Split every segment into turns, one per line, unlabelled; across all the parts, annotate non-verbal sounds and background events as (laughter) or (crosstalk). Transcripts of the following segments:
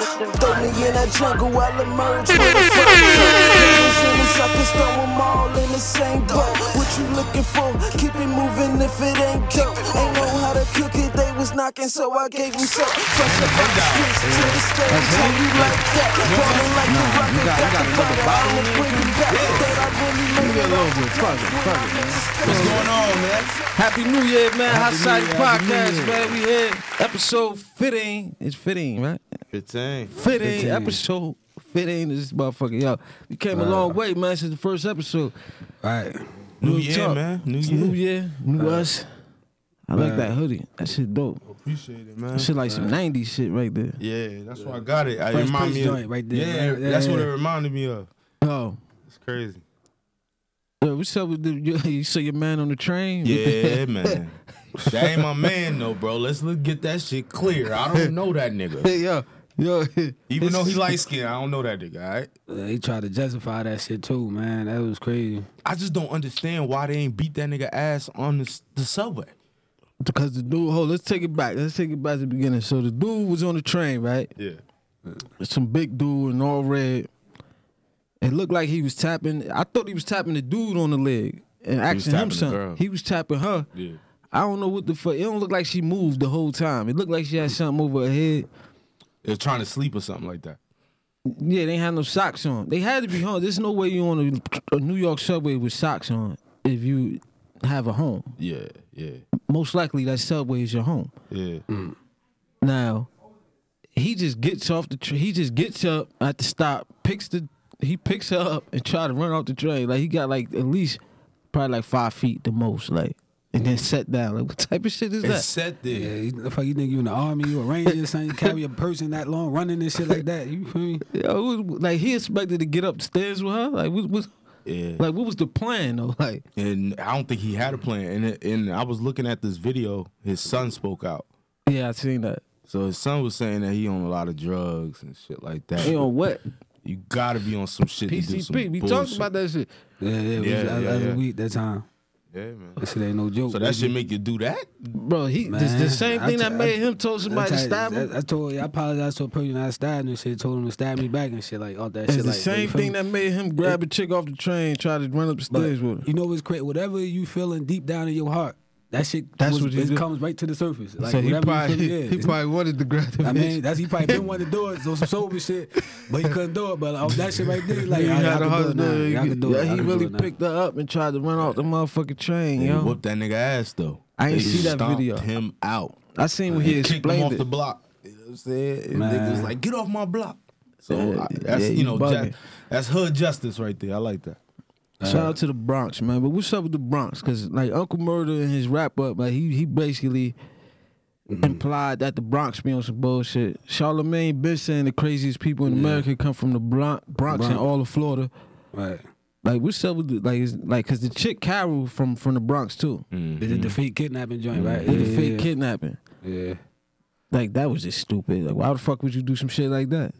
Throw me in a jungle, I'll emerge with a fucking I can throw them all in the same boat. What you looking for? Keep it moving if it ain't dope. Ain't know how to cook it, they was knocking, so I gave them soap. Fresh up on the streets to the stage, how you like that? Ballin' like the rocket,
got- we
got
got
the
another
butter,
bottle
I'ma bring it back. That I really
Give
made
me a
it
little
off
bit.
the
Fuck it,
block.
fuck it.
What's going on, man?
Happy New Year, man. Hot
Happy New
Side
Year, Happy New
Podcast,
Year.
man. We here. Episode 15. It's 15, right?
15.
15.
15.
Episode 15. This motherfucker, yo. We came a long way, man, since the first episode.
Right.
New
Real
year,
talk.
man. New
It's
year.
New year. New us. I like that hoodie. That shit dope.
Appreciate it, man.
That shit like some 90s shit right there.
Yeah, that's why I got it. I
Fresh
remind
Prince
me of,
joint right there,
Yeah,
right? Yeah,
that's what
yeah.
it reminded me of.
Oh.
It's crazy.
Yo, (laughs) what's up with the, you, you saw your man on the train?
Yeah, man. (laughs) That ain't my man though, bro. Let's look, get that shit clear. I (laughs) don't know that nigga.
yo, yo. (laughs)
Even though he light skinned, I don't know that nigga, all right?
They tried to justify that shit too, man. That was crazy.
I just don't understand why they ain't beat that nigga ass on the, s- the subway.
Because the dude, hold, let's take it back. Let's take it back to the beginning. So the dude was on the train, right?
Yeah.
Some big dude in all red. It looked like he was tapping. I thought he was tapping the dude on the leg and asking
tapping
him
the
something.
girl.
He was tapping her.
Yeah.
I don't know what the fuck. It don't look like she moved the whole time. It looked like she had something over her head.
They're trying to sleep or something like that.
Yeah, they had no socks on. They had to be home. There's no way you on a, a New York subway with socks on if you have a home.
Yeah, yeah, Mm.
Most likely that subway is your home.
yeah.
Now, he just gets off the train. He just gets up at the stop, picks the he picks her up and try to run off the train. Like he got like at least probably like five feet the most, like, and then sat down. Like what type of shit is
It's
that?
set there.
Yeah, you, the fuck you think you in the army, you a ranger or
(laughs)
something, you carry a person that long running and shit like that. You feel me?
Yo, what- like he expected to get upstairs with her. Like what, what
Yeah.
like what was the plan though? (laughs) Like
and I don't think he had a plan. And it- and I was looking at this video. His son spoke out.
yeah, I seen that.
So his son was saying that he on a lot of drugs and shit like that.
You know what?
You gotta be on some shit. to do some
PCP. We talked
bullshit.
about that shit.
Yeah, yeah, we
Yeah,
yeah,
yeah,
every
yeah.
week that time.
Yeah, man.
That shit ain't no joke.
So that
baby.
should make you do that.
Bro, he
Man,
this the same
I
thing
t-
that
I-
made him told
I
somebody to
tell you,
stab him.
I, I told you, I apologized to a person I stabbed and shit, told him to stab me back and shit, like all that
It's
shit.
the
like,
same
you feel
thing
me?
that made him grab a chick off the train, try to run upstairs
But
with her.
you know what's crazy? Whatever you feeling deep down in your heart, that shit
That's
was-
what you
it
do.
comes right to the surface. Like
so he
whatever
probably,
you feel, yeah.
(laughs) he
It's-
probably wanted to grab the
I mean,
bitch.
that's he probably been wanting to do it on some sober shit, but he couldn't do it. But like, oh, that shit right there, like
He
I, I
had a
can
hard
do it
day.
now. I can do it.
Yeah,
I
he
can
really
do it now.
picked her up and tried to run off the motherfucking train,
They
yo.
whooped that nigga ass though.
I ain't
They
see that
stomped
video.
Him out.
I seen when
They
he
kicked him off
explained
the
it.
block. You know what I'm saying? And
Man.
niggas like, get off my block. So
Yeah,
I- that's
yeah,
you
you
know
bugging.
ju- that's hood justice right there. I like that.
Shout out to the Bronx, man. But what's up with the Bronx? Cause like Uncle Murder in his wrap up, like he he basically Mm-hmm. implied that the Bronx be on some bullshit. Charlemagne been saying the craziest people in America come from the Bronx, Bronx, and
Bronx.
all of Florida.
Right.
Like what's up with the, like is, like cause the chick Carol from from the Bronx too.
They did the fake kidnapping joint, right?
Mm-hmm. Did the
Yeah,
fake kidnapping.
Yeah.
Like that was just stupid. Like why the fuck would you do some shit like that?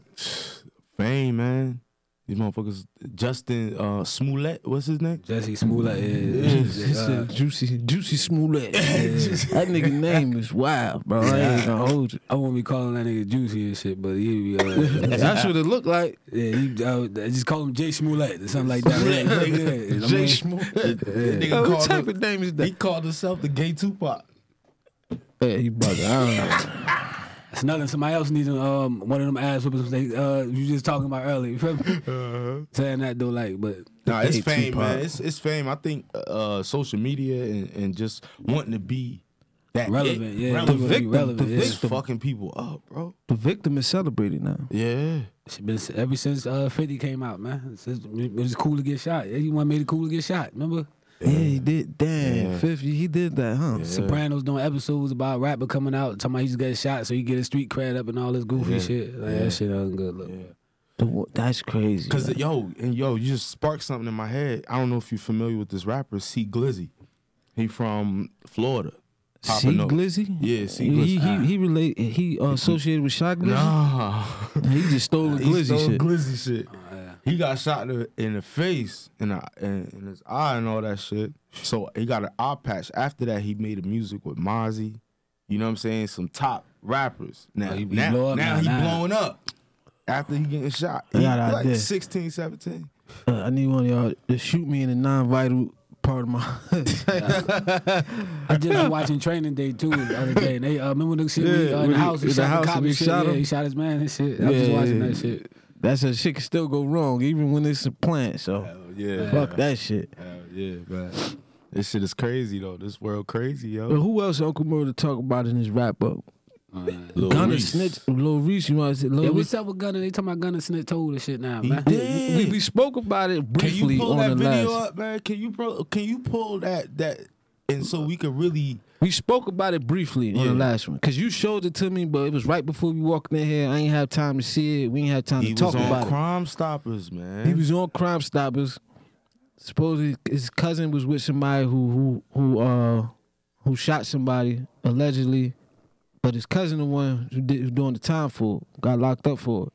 Fame, man. These motherfuckers. Justin uh, Smollett, what's his name?
Jesse Smollett
He (laughs)
is.
uh,
said juicy juicy
(laughs)
Smollett. that nigga name is wild, bro. I ain't gonna hold you.
I won't be calling that nigga juicy and shit, but he be. Uh,
(laughs) That's what it looked like.
yeah, he, uh, just call him Jay Smollett or something like that.
(laughs)
Yeah, yeah, yeah. I
(laughs)
mean,
Smollett.
That nigga
Oh, What
called
type
him-
of name is
He
that?
called himself the gay Tupac.
Yeah, he bugging. I don't know.
It's nothing. Somebody else needs um one of them ass whoopers. They, uh, you just talking about earlier. You feel me?
Uh-huh.
Saying that though, like, but
Nah, it's
Hey,
fame,
Tupac.
man. It's it's fame. I think uh, social media and, and just wanting to be that it,
relevant.
relevant
yeah, you
The
wanna be
victim,
relevant,
the
yeah.
is
victim.
fucking people up, bro.
The victim is celebrated now.
Yeah,
It's been s- ever since uh, 50 came out, man. It's, it's- it was cool to get shot. Yeah, you want made it cool to get shot. Remember?
Yeah, he did. Damn,
Yeah.
50. He did that, huh?
Sopranos doing episodes about a rapper coming out, talking about he's getting shot, so he get his street cred up and all this goofy shit. Like, That shit wasn't good. Look,
The wo- That's crazy.
cause
man.
yo and yo, you just sparked something in my head. I don't know if you're familiar with this rapper, C Glizzy. He from Florida.
C.
Popping up.
Glizzy?
Yeah, C.
He,
Glizzy.
he, he, he relate, he uh, associated with Shot Glizzy?
Nah, (laughs)
He just stole the
He
Glizzy
stole
shit.
Glizzy shit. He got shot in the- in the face and I- and in his eye and all that shit. So he got an eye patch. After that, he made a music with Mozzie. You know what I'm saying? Some top rappers. Now
Oh,
he,
he- he
now,
blow up
now
now,
he
now.
blowing up. after he getting shot. He
got an
like
idea.
16, 17.
Uh, I need one of y'all to shoot me in the non-vital part of my.
I
(laughs)
just was watching Training Day too the other day. And they uh, remember the shit we,
Yeah,
uh,
when
in the
he-
house. He
in the
shot the,
house
cop
and he
and shit.
shot
yeah,
him?
he shot his man and shit. I was just
Yeah,
watching
yeah,
that
yeah.
shit.
(laughs) That's a shit can still go wrong, even when it's a plant. So
Hell yeah.
fuck that shit.
Hell yeah, man. This shit is crazy though. This world crazy,
But
yo.
who else Uncle Murder talk about in his wrap up?
Lil
Gunna
Reese.
snitch. Lil Reese, you want to say Lil
Yeah,
Reese?
what's up with Gunna? They talking about Gunna snitch told and shit now,
He
man.
did.
We, we spoke about it
Can you
briefly
pull that
on the
video
last.
up, man? Can you pro- can you pull that that and so we could really
We spoke about it briefly on
Yeah.
the last one because you showed it to me, but it was right before we walked in here. I ain't have time to see it. We ain't have time to
He
talk
was on
about it.
Crime Stoppers, man.
He was on Crime Stoppers. Supposedly his cousin was with somebody who who who uh who shot somebody allegedly, but his cousin the one who did who doing the time for it, got locked up for it.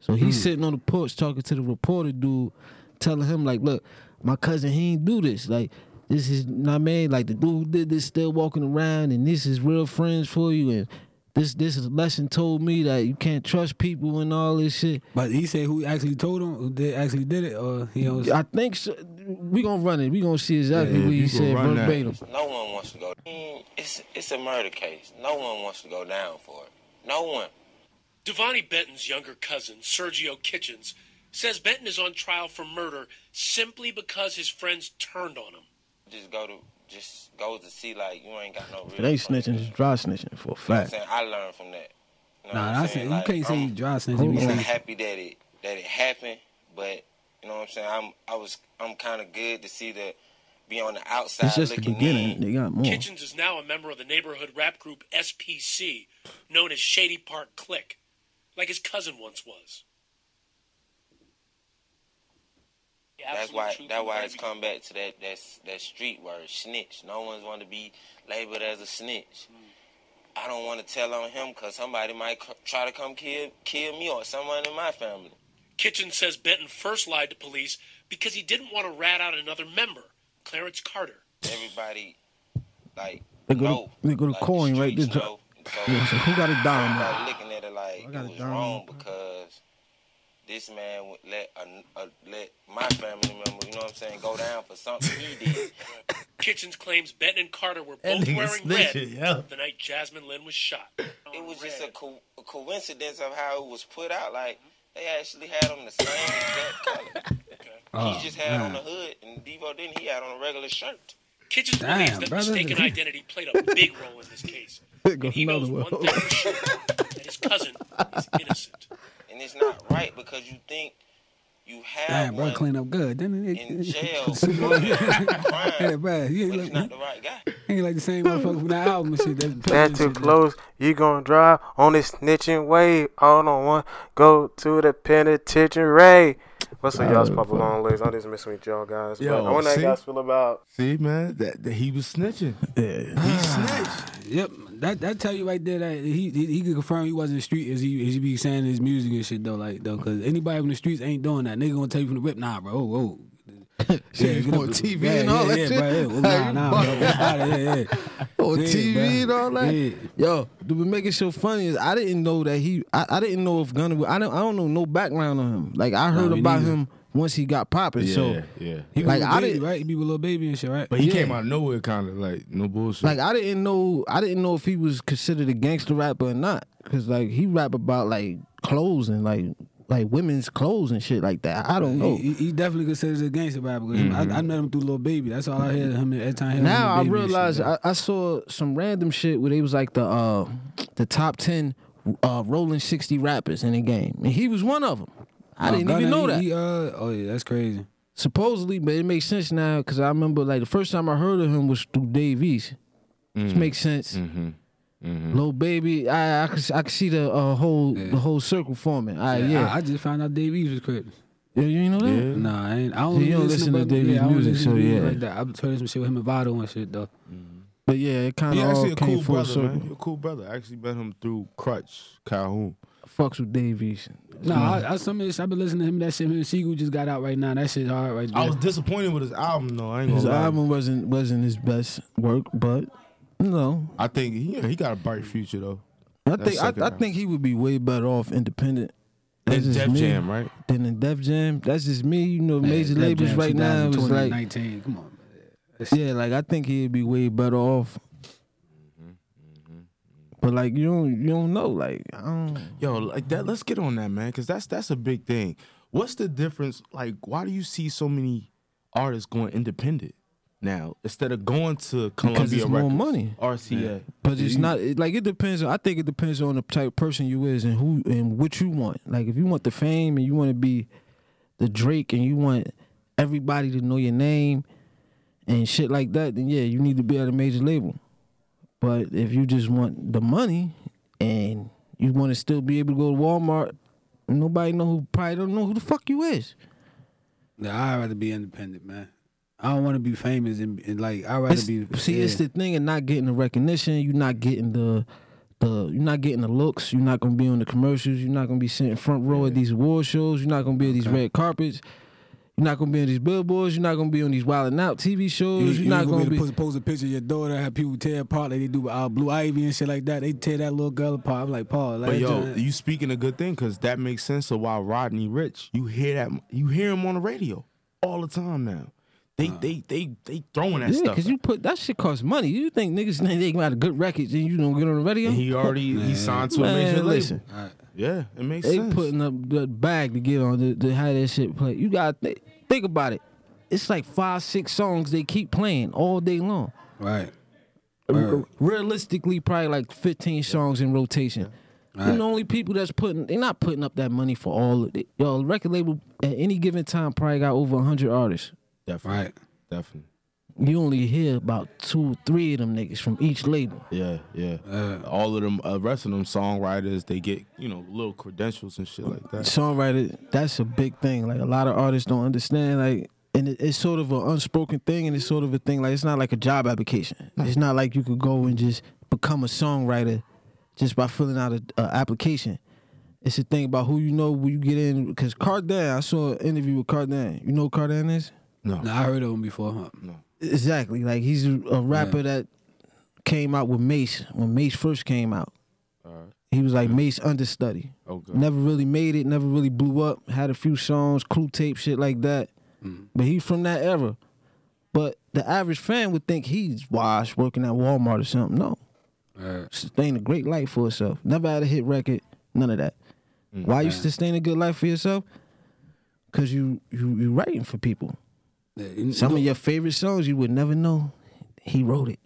So he's sitting on the porch talking to the reporter dude, telling him like, "Look, my cousin he ain't do this. Like this is not I mean like the dude who did this still walking around, and this is real friends for you and." This this is lesson told me that you can't trust people and all this shit.
But he said who actually told him, who did, actually did it, or he owns.
I think so. we gonna run it. We gonna see exactly
Yeah,
what
you
he
gonna
said
run that.
verbatim.
No one wants to go. I mean, It's it's a murder case. No one wants to go down for it. No one.
Devani Benton's younger cousin, Sergio Kitchens, says Benton is on trial for murder simply because his friends turned on him.
Just go to just goes to see like you ain't got no real.
It ain't
fucking-
snitching, it's dry snitching for a
You know what I'm
fact.
saying I learned from that. You know what
Nah,
I'm
I
saying?
said
Like,
you can't say
I'm-
he dry snitching.
Hold
We
I'm
say
happy that it that it happened, but you know what I'm saying. I'm I was I'm kind of good to see that be on the outside
It's just the
looking
beginning.
in.
They got more.
Kitchens is now a member of the neighborhood rap group SPC, known as Shady Park Click, like his cousin once was.
That's why that's why it's come back to that that's that street word snitch. No one's want to be labeled as a snitch. I don't want to tell on him because somebody might c- try to come kill kill me or someone in my family.
Kitchens says Benton first lied to police because he didn't want to rat out another member, Clarence Carter.
Everybody like
They go to-
know,
they go to
like, the
coin right
streets
there.
know. So
Yeah, so who got a dime?
everybody looking at it like
got a
it was
dime.
wrong because this man would let a, a- let my family member, you know what I'm saying, go down for something
(laughs)
he did.
Kitchens claims Benton and Carter were
That
both
nigga
wearing
snitching,
red
yeah.
the night Jasmine Lynn was shot.
it was just a, co- a coincidence of how it was put out. Like they actually had on the same exact color.
Oh,
he just had on the hood, and Devo didn't. He had on a regular shirt.
Kitchens
Damn,
believes that
brother.
mistaken identity played a big role in this case. And he knows
another
one thing for sure, that his cousin is innocent.
And it's not right because you think you have
Damn, bro,
one
clean up good. Didn't it? (laughs)
in jail.
Yeah,
crime,
bro, you
but
ain't
it's not
like,
the right guy.
you ain't like the same motherfucker from that album and shit.
(laughs)
That's
That too close. You gonna drive on this snitching wave. All on one. Go to the penitentiary. What's up, y'all? It's Papa Long Legs. I'm just messing with y'all guys.
Yo,
but I wonder how
see?
you guys feel about.
See, man, that, that he was snitching.
Yeah.
He snitched.
Yep, that that tell you right there that he he, he could confirm he wasn't street as he as he be saying his music and shit though like though because anybody from the streets ain't doing that. Nigga gonna tell you from the whip, nah, bro. Oh,
(laughs)
oh.
Shit,
get
on
up-
TV
yeah,
and all
yeah,
that
yeah,
shit?
Bro, yeah,
Like,
nah, nah,
fuck.
bro. Yeah, yeah, yeah.
(laughs) On
Yeah,
TV Oh, and
bro.
all that.
Yeah.
Yo, the what make it so funny is I didn't know that he. I, I didn't know if Gunna. I don't. I don't know no background on him. Like I heard
Nah, me
about
neither.
him once he got popping. so
yeah.
He
Like,
like
I
I baby,
didn't-
right? He be with little baby and shit, right?
But he
Yeah.
came out of nowhere, kind of like no bullshit.
Like I didn't know, I didn't know if he was considered a gangster rapper or not, cause like he rap about like clothes and like like women's clothes and shit like that. I don't know.
He, he definitely considers a gangster rapper. because I, I met him through Lil Baby. That's all I hear him every time. I hear
Mm-hmm. now I
Lil Baby and shit,
realize
bro.
I, I saw some random shit where they was like the uh the top ten uh rolling sixty rappers in the game, and he was one of them. I
Nah,
didn't
Gunna,
even know
he-
that.
he, uh, oh yeah, that's crazy.
Supposedly, but it makes sense now because I remember like the first time I heard of him was through Dave East. Which makes sense. Mm-hmm. Little baby, I I could, I could see the uh, whole the whole circle forming. I, Uh, yeah,
I, I just found out Dave Eves was Crips.
Yeah, you ain't know that?
Nah, I, ain't, I don't,
So you
really
don't listen to
but-
Davy's
yeah, I don't
music,
listen to
so
music
yeah.
Like that. I've heard some shit with him and Vado and shit though.
But yeah, it kind
he
of all
actually a
came
cool
full
brother,
circle.
man. He a cool brother. I actually met him through Crutch Calhoun.
Fucks with Davies.
Nah,
Mm-hmm.
I, I some of this I've been listening to him. That shit, him and Seagull just got out right now. That shit hard right there.
I was disappointed with his album, though. I ain't gonna
His
lie.
album wasn't wasn't his best work, but no,
I think he, he got a bright future, though.
I
That's
think I,
second
I
album.
think he would be way better off independent That's
It's
just
Def
me.
Jam, right?
Then in Def Jam, that's just me. You know,
Man,
major
Def
labels
Jam
right now is
2020,
like,
19. Come on, man.
yeah, like I think he'd be way better off.
Mm-hmm,
But like you don't, you don't know. Like I don't.
Yo, like that. Let's get on that, man, because that's that's a big thing. What's the difference? Like, why do you see so many artists going independent now instead of going to Columbia
it's more
Records,
money.
RCA?
But it's not it, like it depends. on- I think it depends on the type of person you is and who and what you want. Like if you want the fame and you want to be the Drake and you want everybody to know your name and shit like that, then yeah, you need to be at a major label. But if you just want the money and you want to still be able to go to Walmart, nobody know who probably don't know who the fuck you is.
Nah, I'd rather be independent, man. I don't want to be famous and, and like I'd rather
It's-
be.
see,
yeah.
it's the thing of not getting the recognition. You're not getting the the you're not getting the looks. You're not gonna be on the commercials. You're not gonna be sitting front row at these award shows. You're not gonna be at these red carpets. You're not gonna be on these billboards. You're not gonna be on these wild and out TV shows.
You,
You're,
you
not
ain't
gonna,
be
be.
able to post, post a picture of your daughter, have people tear apart like they do with our Blue Ivy and shit like that. They tear that little girl apart. I'm like, Paul, like,
But yo,
that-
you speaking a good thing because that makes sense of why Rodney Rich, you hear that, you hear him on the radio all the time now. They they they they throwing that
yeah,
stuff.
because you put that shit costs money. You think niggas (laughs) think they got a good records and you don't get on the radio?
and he already he signed to a
Man,
major label.
listen.
Yeah, it makes
they
sense.
putting up the bag to get on to, to have that shit play. You got to think about it. It's like five, six songs they keep playing all day long.
right?
r- realistically probably like 15 songs in rotation. You the only people that's putting they're not putting up that money for all of it. Yo, the record label at any given time probably got over 100 artists.
definitely,
Right.
definitely.
You only hear about two, three of them niggas from each label.
Yeah, yeah. all of them, uh, rest of them songwriters, they get you know little credentials and shit like that.
Songwriter, that's a big thing. Like a lot of artists don't understand. Like, and it, it's sort of an unspoken thing, and it's sort of a thing. Like, it's not like a job application. It's not like you could go and just become a songwriter just by filling out a, a application. It's a thing about who you know when you get in. Because Cardan, I saw an interview with Cardan. You know who Cardan is?
Nah, I heard of him before. Huh?
Exactly. Like he's a a rapper that came out with Mace when Mace first came out. He was like Mace understudy.
Okay.
Never really made it. Never really blew up. Had a few songs, clue tape, shit like that. But he's from that era. But the average fan would think he's washed working at Walmart or something. No, sustain a great life for himself. Never had a hit record. None of that. Why you sustain a good life for yourself? Cause you you you writing for people.
Yeah, you
Some
know-
of your favorite songs you would never know he wrote it.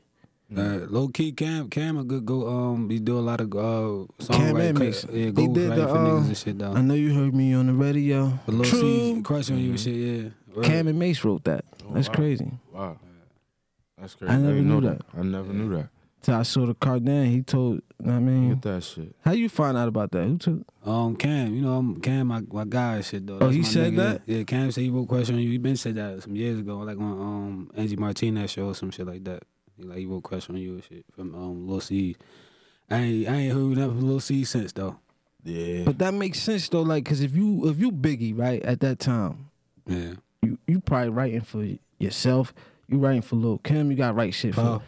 Uh, low key, Cam, Cam, a good go. Um, he do a lot of uh,
Cam
songwriting,
and
cra-
Mace.
yeah,
they
go
did
writing
the
for niggas
uh,
and shit
I
though.
know you heard me on the radio.
But Lil
True.
C crush on you and shit, yeah. Right.
Cam and Mace wrote that. That's crazy.
Wow, that's crazy.
I never
didn't know
knew
I never knew that.
So I saw the Cardan. He told. know what I mean,
Get that shit.
how you find out about that? Who took?
Um, Cam, you know, I'm Cam, my, my guy, and shit though.
Oh, he
my
said
nigga.
that?
Yeah, Cam said he wrote question on you. He been said that some years ago, like on um Angie Martinez show or some shit like that. He, like he wrote question on you and shit from um Lil C. I ain't I ain't heard nothing from Lil C since though.
Yeah,
But that makes sense though, like, cause if you if you Biggie right at that time,
Yeah,
you you probably writing for yourself. You writing for Lil Kim. You got to write shit for
Puff.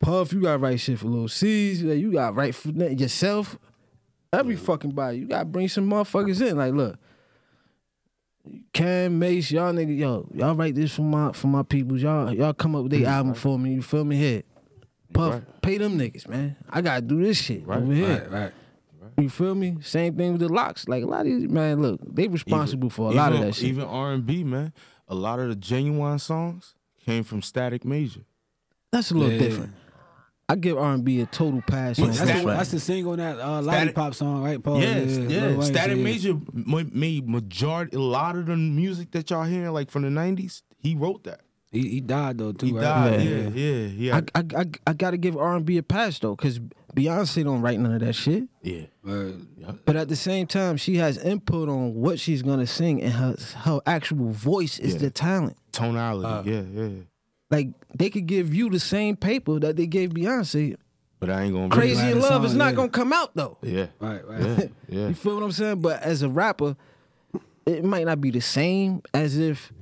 Puff. You got to write shit for Lil C's. like, You got to write for that- yourself. Every fucking body. You got to bring some motherfuckers in. Like, look, Cam, Mace, y'all nigga, yo, y'all write this for my for my peoples. Y'all y'all come up with their album for me. You feel me? Here, Puff, pay them niggas, man. I gotta do this shit over here.
right, right.
You feel me? Same thing with the locks. Like a lot of these man, look, they responsible for a lot of
Even-
that shit.
Even R and B, man. A lot of the genuine songs came from Static Major.
That's a little
Yeah.
different. I give R and B a total pass. on
That's
That's
that
the,
one.
that's the single on that uh,
Static-
lollipop song, right, Paul?
Yes, yeah.
Lil Wayne
Static
said, Oh, yeah.
Major ma- made majority a lot of the music that y'all hearing like from the '90s. He wrote that.
He, he died though too.
He
right?
died.
Yeah.
Yeah, yeah, yeah.
I, I, I, I gotta give R and B a pass though, cause Beyonce don't write none of that shit.
yeah.
But at the same time, she has input on what she's gonna sing, and her her actual voice is
Yeah.
the talent.
Tonality.
Uh,
yeah, yeah.
Like they could give you the same paper that they gave Beyonce.
But I ain't gonna
Crazy
Right,
in
the
Love
song,
is not
yeah.
gonna come out though.
Yeah,
Right, right.
yeah, yeah.
You feel what I'm saying? But as a rapper, it might not be the same as if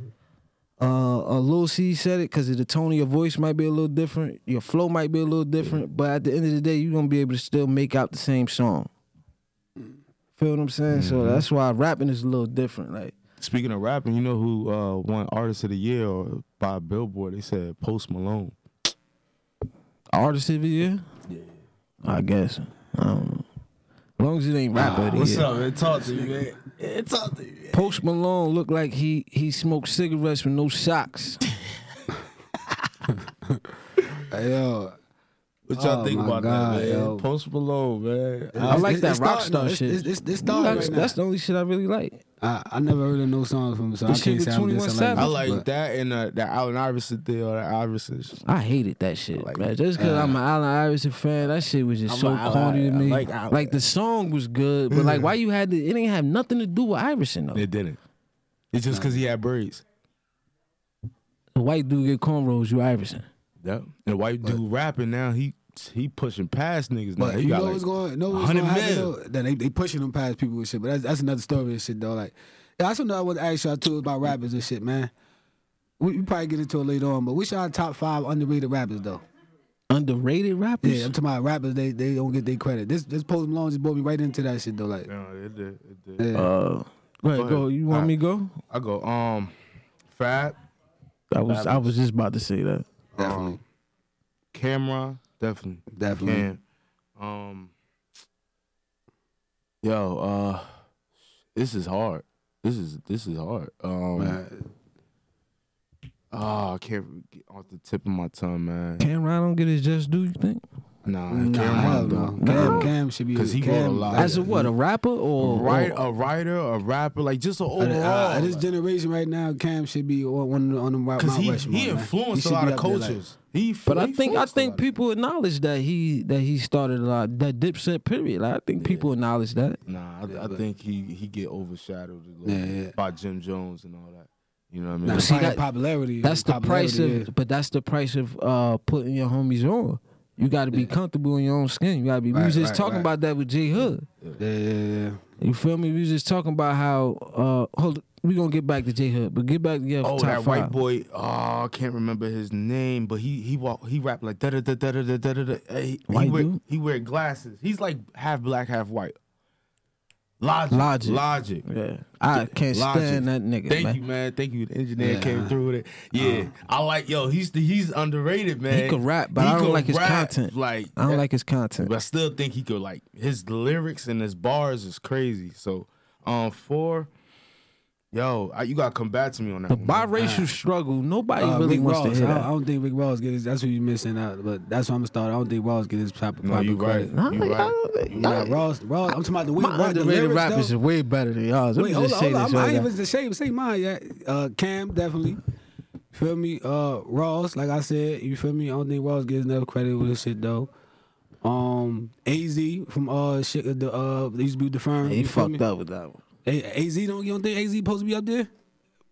uh, a Lil C said it because the tone of your voice might be a little different. Your flow might be a little different. But at the end of the day, you're going to be able to still make out the same song. Feel what I'm saying? So that's why rapping is a little different. Like
Speaking of rapping, you know who uh, won Artist of the Year or by Billboard? They said Post Malone.
artist of the year. Yeah. I guess. I don't know. As long as it ain't rapper of the year.
up? Man? Talk to me, man. talk to me. Man.
Post Malone looked like he he smoked cigarettes with no socks.
Hey, yo,
What y'all
Oh,
think
my
about
God,
that, man?
yo.
Post Malone, man.
I
It's-
like
it's-
that rock
it's starting,
star
though. It's-
shit.
it's- it's- it's starting
That's,
right now.
that's the only shit I really like.
I, I never heard of no songs from him, so
The
I
shit
can't
with
say I'm
21
dissing
Savage.
like,
I like
but-
that and uh, that Allen Iverson thing or that Iverson. shit.
I hated that shit,
Like,
man. Just because I'm an Allen Iverson fan, that shit was just
I'm
so
an Allen-
corny to
I
me.
like
Like,
Allen.
the song was good, but like why you had to? It didn't have nothing to do with Iverson though.
It didn't. It's just because he had braids.
the white dude get cornrows, you Iverson.
Yep. And white dude rapping now, he he pushing past niggas now.
But
He
you
got
know
like
what's going, know what's
100
going to happen
mil.
though? That they they pushing them past people and shit. But that's that's another story and shit though. Like, yeah, that's another I want to ask y'all too about rappers and shit, man. We, we probably get into it later on, but what's y'all top five underrated rappers though?
Underrated rappers.
Yeah, I'm talking about rappers. They they don't get their credit. This this Post Malone just brought me right into that shit though. Like,
No, it did. It did.
yeah.
Uh, go ahead, go. You want
Alright.
me to go?
I go, um, Fab,
I was I was just about to say that.
definitely,
Cameron, definitely.
definitely.
Cam. Um, yo, uh, this is hard. This is this is hard. Um,
Man,
oh, I can't get off the tip of my tongue, man.
Cameron don't get his just due. You think?
Nah,
nah, hell
Cameron,
no.
though.
Cam, Cam should be
'Cause he
Cam,
wrote a lot.
As a what? A rapper or
Right,
or-
a writer, a rapper, like just an
At,
overall.
uh, this generation right now, Cam should be on one of the- on them Mount
Because he
Rushmore,
he
man.
influenced
should
a lot
be
of
up there, like-
coaches. He,
But I
he
think I
influenced a lot
think
of-
people acknowledge that he that he started a lot that Dipset period. Like, I think people acknowledge that.
Nah, I,
Yeah,
I
but-
think he he get overshadowed a little
Yeah,
bit
yeah.
by Jim Jones and all that. You know what I mean?
Nah,
see,
probably
that-
popularity.
That's the price of
popularity, yeah.
but that's the price of uh putting your homies on. You got to be comfortable in your own skin. You got to be. we
Right,
was just
right,
talking
right.
about that with J Hood.
Yeah, yeah, yeah.
You feel me? We was just talking about how uh hold we gonna get back to J Hood, but get back to your
oh,
top
that
five.
white boy. Oh, I can't remember his name, but he he walk he rap like da da da da da da da da. da. Hey, He,
White
he wear,
dude?
He wear glasses. He's like half black, half white. Logic.
Logic.
Logic.
Yeah, I can't
Logic.
stand that nigga.
Thank
man.
you, man. Thank you. The engineer came through with it. Yeah, I like yo. He's the, he's underrated, man.
He could rap, but
He
I don't
could
like his
rap,
content.
Like
I don't like his content.
But I still think he could like his lyrics and his bars is crazy. So um four, yo, I, you gotta come back to me on that.
The
one, man.
biracial struggle, nobody
Uh,
really
Rick
wants
Ross.
to hear
I, don't,
that.
I don't think Rick Ross gets. That's what you're missing out. But that's why I'm gonna start. I don't think Ross gets his proper
No,
proper
you right.
credit.
Nah,
You
I
right.
don't think-
Nah, Ross, Ross. I'm talking about the way
My
Ross- the
underrated
lyrics,
rappers
though.
are way better than y'all's. Let
Wait,
me
hold
just
on,
say
hold on.
this.
I'm- I
right
ain't
now.
even ashamed. Say mine, yeah. Uh, Cam definitely. Feel me? Uh, Ross, like I said, you feel me? I don't think Ross gets enough credit with this shit though. Um, Az from uh shit the uh they used to be with the firm.
He
you feel me?
fucked up with that one.
A- Az don't you don't think Az supposed to be up there?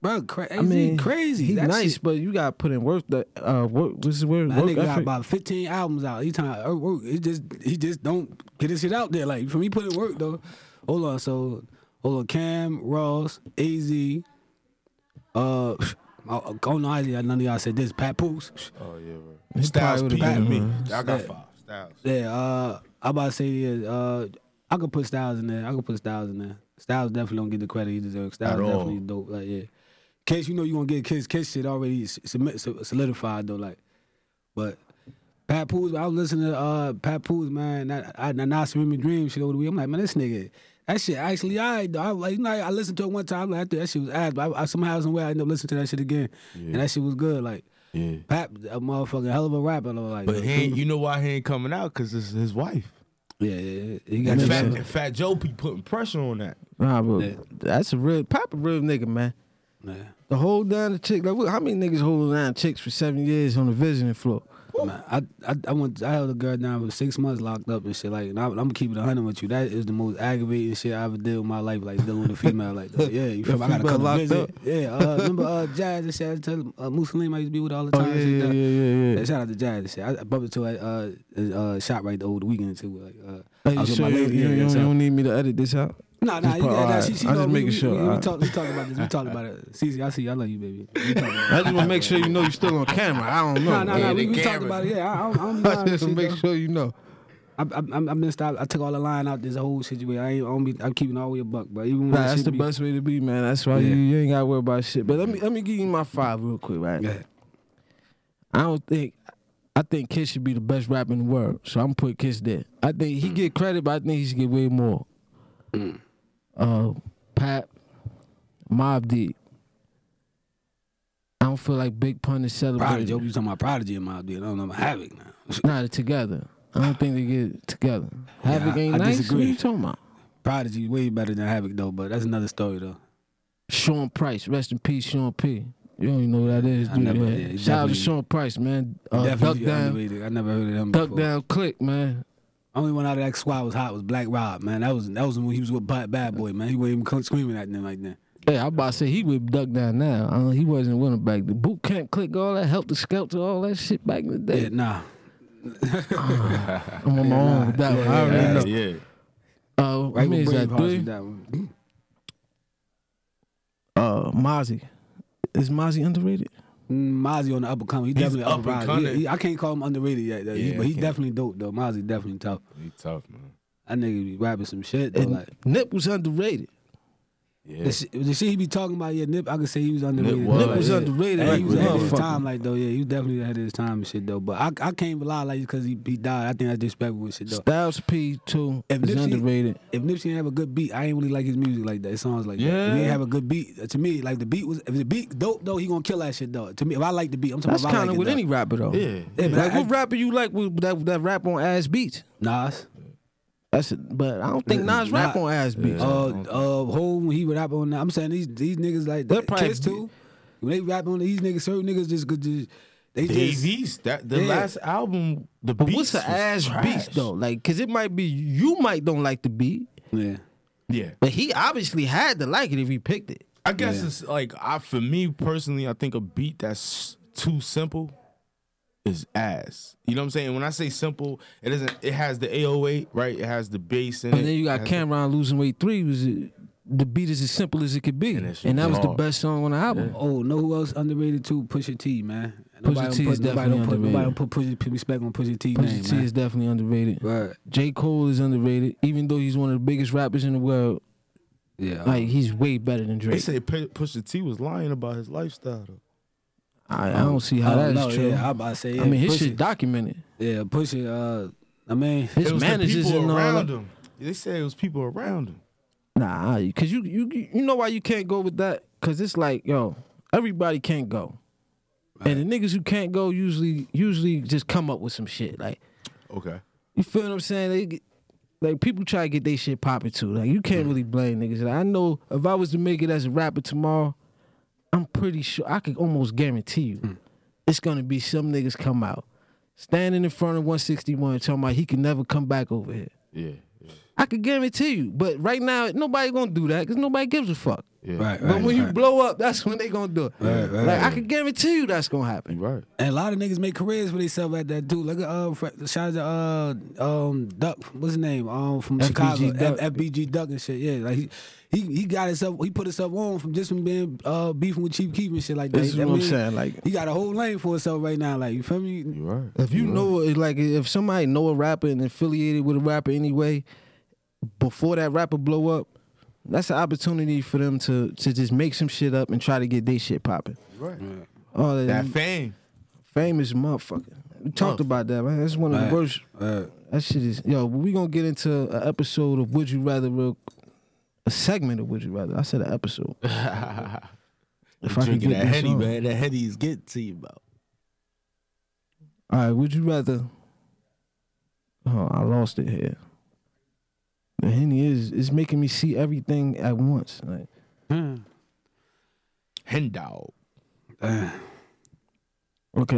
Bro, cra- AZ
I mean,
crazy.
He's
That
nice,
shit-
but you got to put in work. That uh, work. What's the word?
That
Work
nigga got
effort.
about 15 albums out. He trying to work. He just he just don't get his shit out there. Like for me putting work though. Hold on, so hold on, Cam, Ross, AZ, uh I I don't know how y'all- none of y'all said this. Pat Poos.
Oh yeah, bro.
He's
Styles
probably
P
the
to
best,
me.
man.
I got five. Styles.
Yeah, uh I about to say yeah, uh I could put Styles in there. I could put Styles in there. Styles definitely don't get the credit he deserves. Styles
At all.
definitely dope. Like yeah. Case you know you gonna get Case Case shit already s- submit- so- solidified though. Like, but Pat Pools, I was listening to uh Pat Pools, man. That I, that Nasir Remy Dream shit over the week. I'm like, man, this nigga, that shit actually all right. Though. I like, you know, I listened to it one time. Like, I thought that shit was ass, but I, I somehow some way I ended up listening to that shit again, and that shit was good. Like,
Yeah.
Pat, a motherfucking hell of a rapper. though, Like,
But he ain't, you know why he ain't coming out? Cause it's his wife.
yeah, yeah, yeah. he got
And
the
Fat, and Fat Joe be putting pressure on that.
Nah, but that's a real pop a real nigga, man.
Man,
The whole down the chick. Like, what- how many niggas holding down chicks for seven years on the visiting floor?
man, I, I I went I held a girl down for six months locked up and shit like and I, I'm keeping a hundred with you that is the most aggravating shit I ever did with my life like dealing with a female like that.
(laughs)
yeah you feel me I got a
Female
couple
locked
visit
up.
yeah uh, remember uh, Jazz and shit I tell uh, Muslim I used to be with all the time shit, that-
Oh, yeah,
Shout out to Jazz and shit I, I bumped into a uh, uh, shot right the old weekend too like uh,
Hey,
I
you
was with
sure
my
you,
lady
you-
yeah,
you
yeah,
don't, you
so-
don't need me to edit this out?
Nah, nah,
Just
you
put-
got
all
that.
right.
She, she
I'm
know
just
we-
making
we,
sure,
We,
all
we,
right.
talk, we talk about this. We talk about it. (laughs) Cece, I see you. I love
(laughs)
you, baby. We talk about it.
I just want to make sure you
(laughs)
know you're still on camera. I don't know.
Nah, nah, nah.
man.
We,
the
we talked
camera.
about it. Yeah, I, I don't, I
(laughs)
don't
I
mind
just want
shit,
to make
though.
sure you know.
I, I, I'm, I'm just, I, I took all the line out this whole situation. I ain't, I don't be, I'm keeping all the way a buck, but even when
Nah,
that
that's
shit
the
be-
best way to be, man. That's why
Yeah.
you, you ain't gotta worry about shit. But let me let me give you my five real quick, right?
Yeah.
I don't think I think Kiss should be the best rapper in the world. So I'm gonna put Kiss there. I think he get credit, but I think he should get way more.
Mm.
Uh Pap, Mob Deep. I don't feel like Big Pun is
Prodigy.
celebrating.
You talking about Prodigy in my dude. I don't know about Havoc now. (laughs)
Nah, they're together. I don't think they get together. Havoc
I-
ain't
I
nice. What
disagree.
you talking about?
Prodigy way better than Havoc though, but that's another story though.
Sean Price, rest in peace, Sean P. You don't even know who that is,
I
dude.
never-
man.
yeah,
Shout out
he
to
definitely-
Sean Price, man. Uh, Duck
Definitely
down,
underrated. I never heard of him
duck
before.
down, click, man.
Only one out of that squad was hot was Black Rob, man. That was that was when he was with Bad, Bad Boy, man. He wasn't even come screaming at them like that.
Hey, I'm about to say he with duck down now. Uh, he wasn't winning back. The boot camp click, all that, help the skelter, all that shit back in the day.
Yeah, nah.
I'm on my own with that one. I already
Yeah,
know.
yeah.
Uh,
Right
I mean,
with
is that
Braveheart was
three?
that one.
Uh, Mozzie. Is Mozzie underrated?
Mm, Mozzie on the up and coming. He
He's
definitely
up and
uprising.
coming.
He- he- I can't call him underrated yet, though. He-
Yeah,
but
I
he
can't.
definitely dope though. Mozzie definitely tough.
He tough, man.
That nigga be rapping some shit though.
And
Like
Nip was underrated.
Yeah.
the, sh- the shit he be talking about, yeah, Nip. I could say he was underrated.
was.
though.
Nip was
Yeah.
underrated
Yeah,
like
he was
a
ahead of his
motherfucker.
time, like though. Yeah, he was definitely ahead of his time and shit though. But I, I can't rely like because he, he died. I think that's disrespectful and shit though.
Styles P, too,
If
is
Nipsey-
underrated.
if Nipsey didn't have a good beat, I ain't really like his music like that. His songs like that. If
Yeah.
he didn't have a good beat, uh, to me, like the beat was if the beat dope though, he gonna kill that shit though. To me, if I like the beat, I'm talking
That's
about
kind of
like
with
it,
any
though.
rapper, though.
yeah.
Yeah, but
Like,
I,
what rapper you like with that, that rap on ass beats?
Nas,
That's it. But I don't think
Mm-mm.
Nas rap
Nah.
on ass beats.
uh, uh, Hov, when he would rap on that. I'm saying these these niggas like
They're probably-
Kiss too. When they rap on these niggas, certain niggas just could just they just
Davies, that the
Yeah.
last album, the
but
beats
what's an
was
ass
trash.
beat though? Like, cause it might be you might don't like the beat,
yeah.
Yeah,
but he obviously had to like it if he picked it.
I guess it's like I for me personally, I think a beat that's too simple is ass. You know what I'm saying? When I say simple, it isn't. It has the AOA, right? It has the bass in it.
And then you
It
got
has
Cameron losing weight three was it, the beat is as simple as it could be,
And
and,
it's
that was the
hard.
best song on the album.
Oh, know who else underrated too? Pusha T, man. Nobody
T
don't
is
put,
definitely
nobody don't put, nobody
underrated.
don't put Pusha T respect on Pusha T
Pusha
name,
T
man.
is definitely underrated.
Right.
J Cole is underrated, even though he's one of the biggest rappers in the world.
Yeah.
Like he's way better than
They
Drake.
say P- Pusha T was lying about his lifestyle. Though.
I, I don't see how
I
that
don't
is
know,
true.
Yeah, I about to say. Yeah,
I mean, his
Pusha-
shit documented.
Yeah, Pusha. Uh, I mean,
His
It was the
managers
people
and all that.
around him. They said it was people around him.
Nah, cause you you you know why you can't go with that? Cause it's like yo, everybody can't go, and the niggas who can't go usually usually just come up with some shit. Like
Okay.
you feel what I'm saying? They get, like people try to get their shit popping too. Like you can't really blame niggas. Like, I know if I was to make it as a rapper tomorrow, I'm pretty sure I could almost guarantee you it's gonna be some niggas come out standing in front of 161 talking about he can never come back over here.
Yeah.
I could guarantee you. But right now, nobody gonna do that because nobody gives a fuck.
Yeah.
right, right.
But when you
right.
blow up, that's (laughs) when they gonna do it.
Right, right,
like I
right.
can guarantee you that's gonna happen.
You right.
and a lot of niggas make careers for themselves at that dude. Look at uh, Fra- shout out to uh, um, Duck. What's his name? Um, from
FBG
Chicago,
Duck.
F- FBG Duck and shit. Yeah, like he, he he got himself. He put himself on from just from being uh beefing with Chief Keef and shit like that.
This is
I
what I'm
mean,
saying, like-
he got a whole lane for himself right now. Like you feel me?
You right.
If you know, like, if somebody know a rapper and affiliated with a rapper anyway, before that rapper blow up, that's an opportunity for them to to just make some shit up and try to get their shit popping.
Right.
Oh, that,
That fame.
famous motherfucker. We talked about that, man. That's one of
Right.
the worst.
Right.
That shit is. Yo, we gonna get into an episode of Would You Rather, real, a segment of Would You Rather. I said an episode. if I can
Drinking
get
that
this
Henny,
on.
man. That Henny's getting to you, bro.
All right, would you rather? Oh, I lost it here. The henny is is making me see everything at once. Like,
Hen dog.
okay,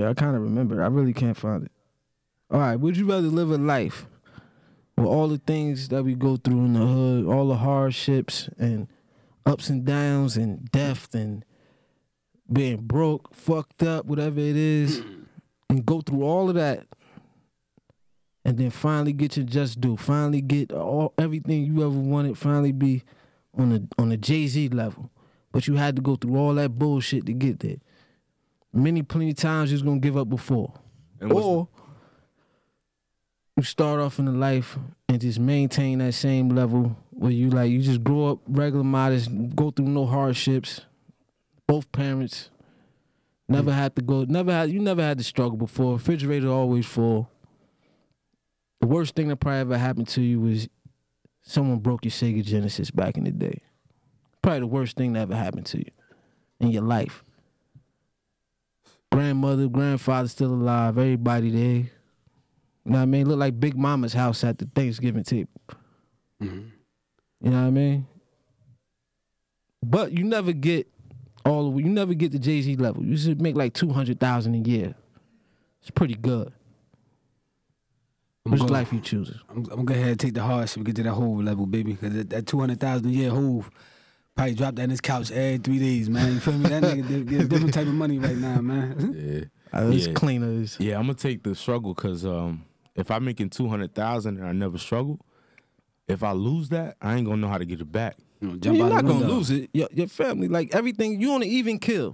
I kind of remember. I really can't find it. All right, would you rather live a life with all the things that we go through in the hood, all the hardships and ups and downs and death and being broke, fucked up, whatever it is, and go through all of that and then finally get your just due. Finally get all everything you ever wanted. Finally be on a on a Jay Z level, but you had to go through all that bullshit to get there. Oh. Many plenty times you was gonna give up before,
And what's
or you start off in the life and just maintain that same level where you like you just grow up regular modest, go through no hardships. Both parents never had to go, never had you never had to struggle before. Refrigerator always full. The worst thing that probably ever happened to you was someone broke your Sega Genesis back in the day. Probably the worst thing that ever happened to you in your life. Grandmother, grandfather still alive, everybody there. You know what I mean? Look like Big Mama's house at the Thanksgiving table. You know what I mean? But you never get all the way. You never get the Jay Z level. You should make like two hundred thousand a year. It's pretty good.
I'm
Which
going-
life you choosing?
I'm, I'm gonna go ahead and take the hardship and get to that whole level, baby. Cause that, that two hundred thousand a year hove probably dropped that in his couch every three days, man. You feel me? That nigga did- get a different type of money right now, man. (laughs)
Yeah.
Uh, it's
Yeah.
cleaner. It's,
Yeah, I'm gonna take the struggle because um, if I'm making two hundred thousand and I never struggle, if I lose that, I ain't gonna know how to get it back.
You know,
you're
out the
not gonna
window.
lose it. Your, your family, like everything, you only even kill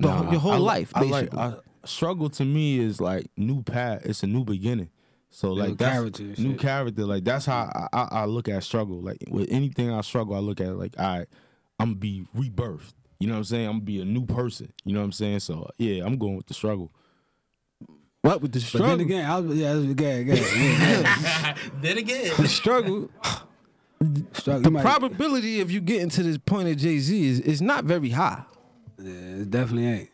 the,
Nah,
your whole
I-
life.
I
Basically.
like I, struggle to me is like new path. It's a new beginning. So like that's
character and
new
shit.
character. Like that's how I, I, I look at struggle. Like with anything I struggle, I look at it like all right, I'm gonna be rebirthed. You know what I'm saying? I'm gonna be a new person. You know what I'm saying? So yeah, I'm going with the struggle.
what with the
But
struggle?
then again, I was, yeah, I was, again, again, yeah, yeah.
Then again,
the struggle.
Struggle,
the
you might-
probability of you getting to this point of Jay Z is is not very high.
yeah, it definitely ain't.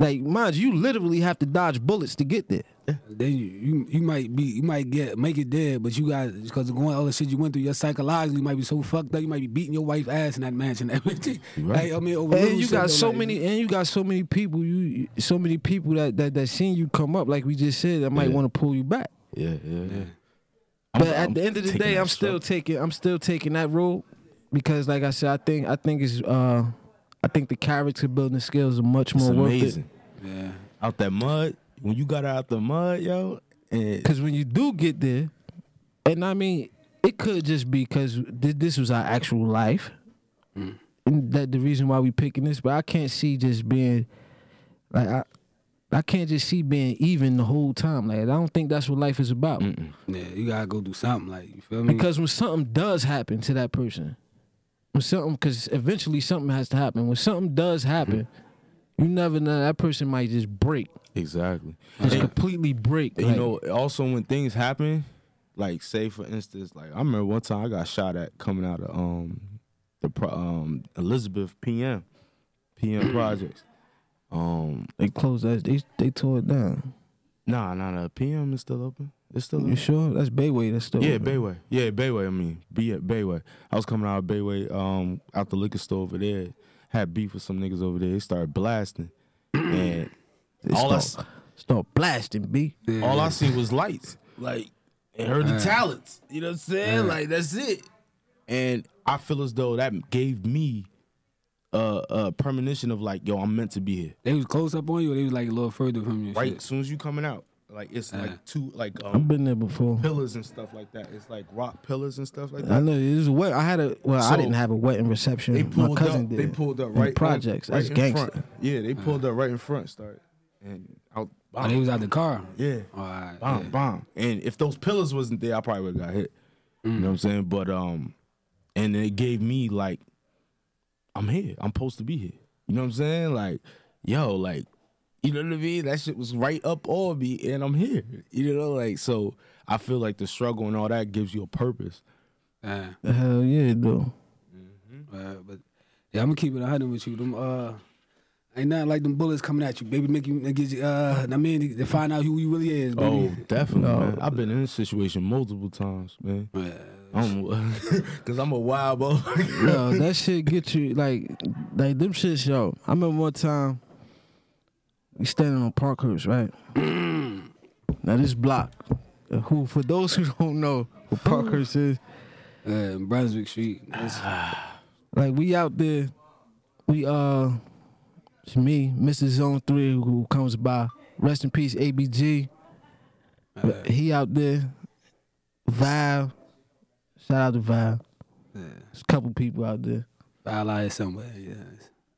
Like, mind you, you literally have to dodge bullets to get there.
Then you, you you might be you might get make it dead, but you got because of going all the shit you went through, your psychologically might be so fucked up. You might be beating your wife ass in that mansion. Everything. Like, I mean, over little
And you
shit,
got
though,
so
like-
many, and you got so many people, you so many people that that that seen you come up, like we just said, that might
Yeah.
want to pull you back.
yeah, yeah, yeah.
But at the end of the day, I'm still
taking. that struggle.
taking, I'm still taking that role because, like I said, I think I think it's, uh I think the character building skills are much more
It's
worth
amazing.
it.
Yeah.
out that mud. When you got out the mud, yo, and
Because when you do get there, and I mean, it could just be because this was our actual life,
Mm.
and that the reason why we picking this. But I can't see just being like I, I can't just see being even the whole time. Like I don't think that's what life is about.
Yeah, you gotta go do something. Like you feel me?
Because when something does happen to that person, when something, because eventually something has to happen. When something does happen,
Mm-hmm.
you never know. That person might just break,
exactly.
just completely break.
And,
like-
you know, also when things happen, like say for instance, like I remember one time I got shot at coming out of um the pro, um Elizabeth PM PM projects. Um,
they closed that. They they tore it down.
nah, nah, nah. PM is still open. It's still
You
open.
sure? That's Bayway. That's still
Yeah,
open.
Bayway. Yeah, Bayway. I mean, be at Bayway. I was coming out of Bayway, um, out the liquor store over there. Had beef with some niggas over there. They started (clears throat) blasting, and all I s-
start, start blasting, B.
All I see was lights. Like, and heard the talents. You know what I'm saying? Like, that's it. And I feel as though that gave me a, a premonition of like, yo, I'm meant to be here.
they was close up on you, or they was like a little further from you. and
Right?
shit?
As soon as you coming out, like, it's like two, like,
I've
um,
been there before.
pillars and stuff like that. It's like rock pillars and stuff like
I
that.
know it was wet. I had a well, I
So,
didn't have a wet in reception.
They
My
pulled
cousin
up.
did.
They pulled up
In
right on-
projects.
right
That's
in
gangster.
front. Yeah, they pulled up right in front. Started and out.
Oh, they was out the car.
Yeah.
All right.
Bomb, bomb. And if those pillars wasn't there, I probably would have got hit. You know what I'm saying? But um, and it gave me like, I'm here. I'm supposed to be here. You know what I'm saying? Like, yo, like, you know what I mean? That shit was right up all me, and I'm here. You know, like, so I feel like the struggle and all that gives you a purpose.
Yeah.
Hell yeah, though.
Uh, but yeah, I'm gonna keep it 100 with you. Them uh, ain't nothing like them bullets coming at you, baby. Make you make you, uh, I mean, to find out who you really is,
Oh,
baby.
definitely. Man. I've been in this situation multiple times, man.
Yeah.
I'm, cause I'm a (laughs) wild (laughs) motherfucker.
Yo, that shit get you like like them shits, yo. I remember one time we standing on Parkhurst, right?
Mm.
now this block, uh, who for those who don't know what Parkhurst is,
Yeah, in Brunswick Street. That's,
Ah. Like we out there, we uh, it's me, Mr. Zone Three, who comes by. Rest in peace, ABG. But he out there, Vibe. Shout out to Vibe. There's a couple people out there,
I lie somewhere. Yeah.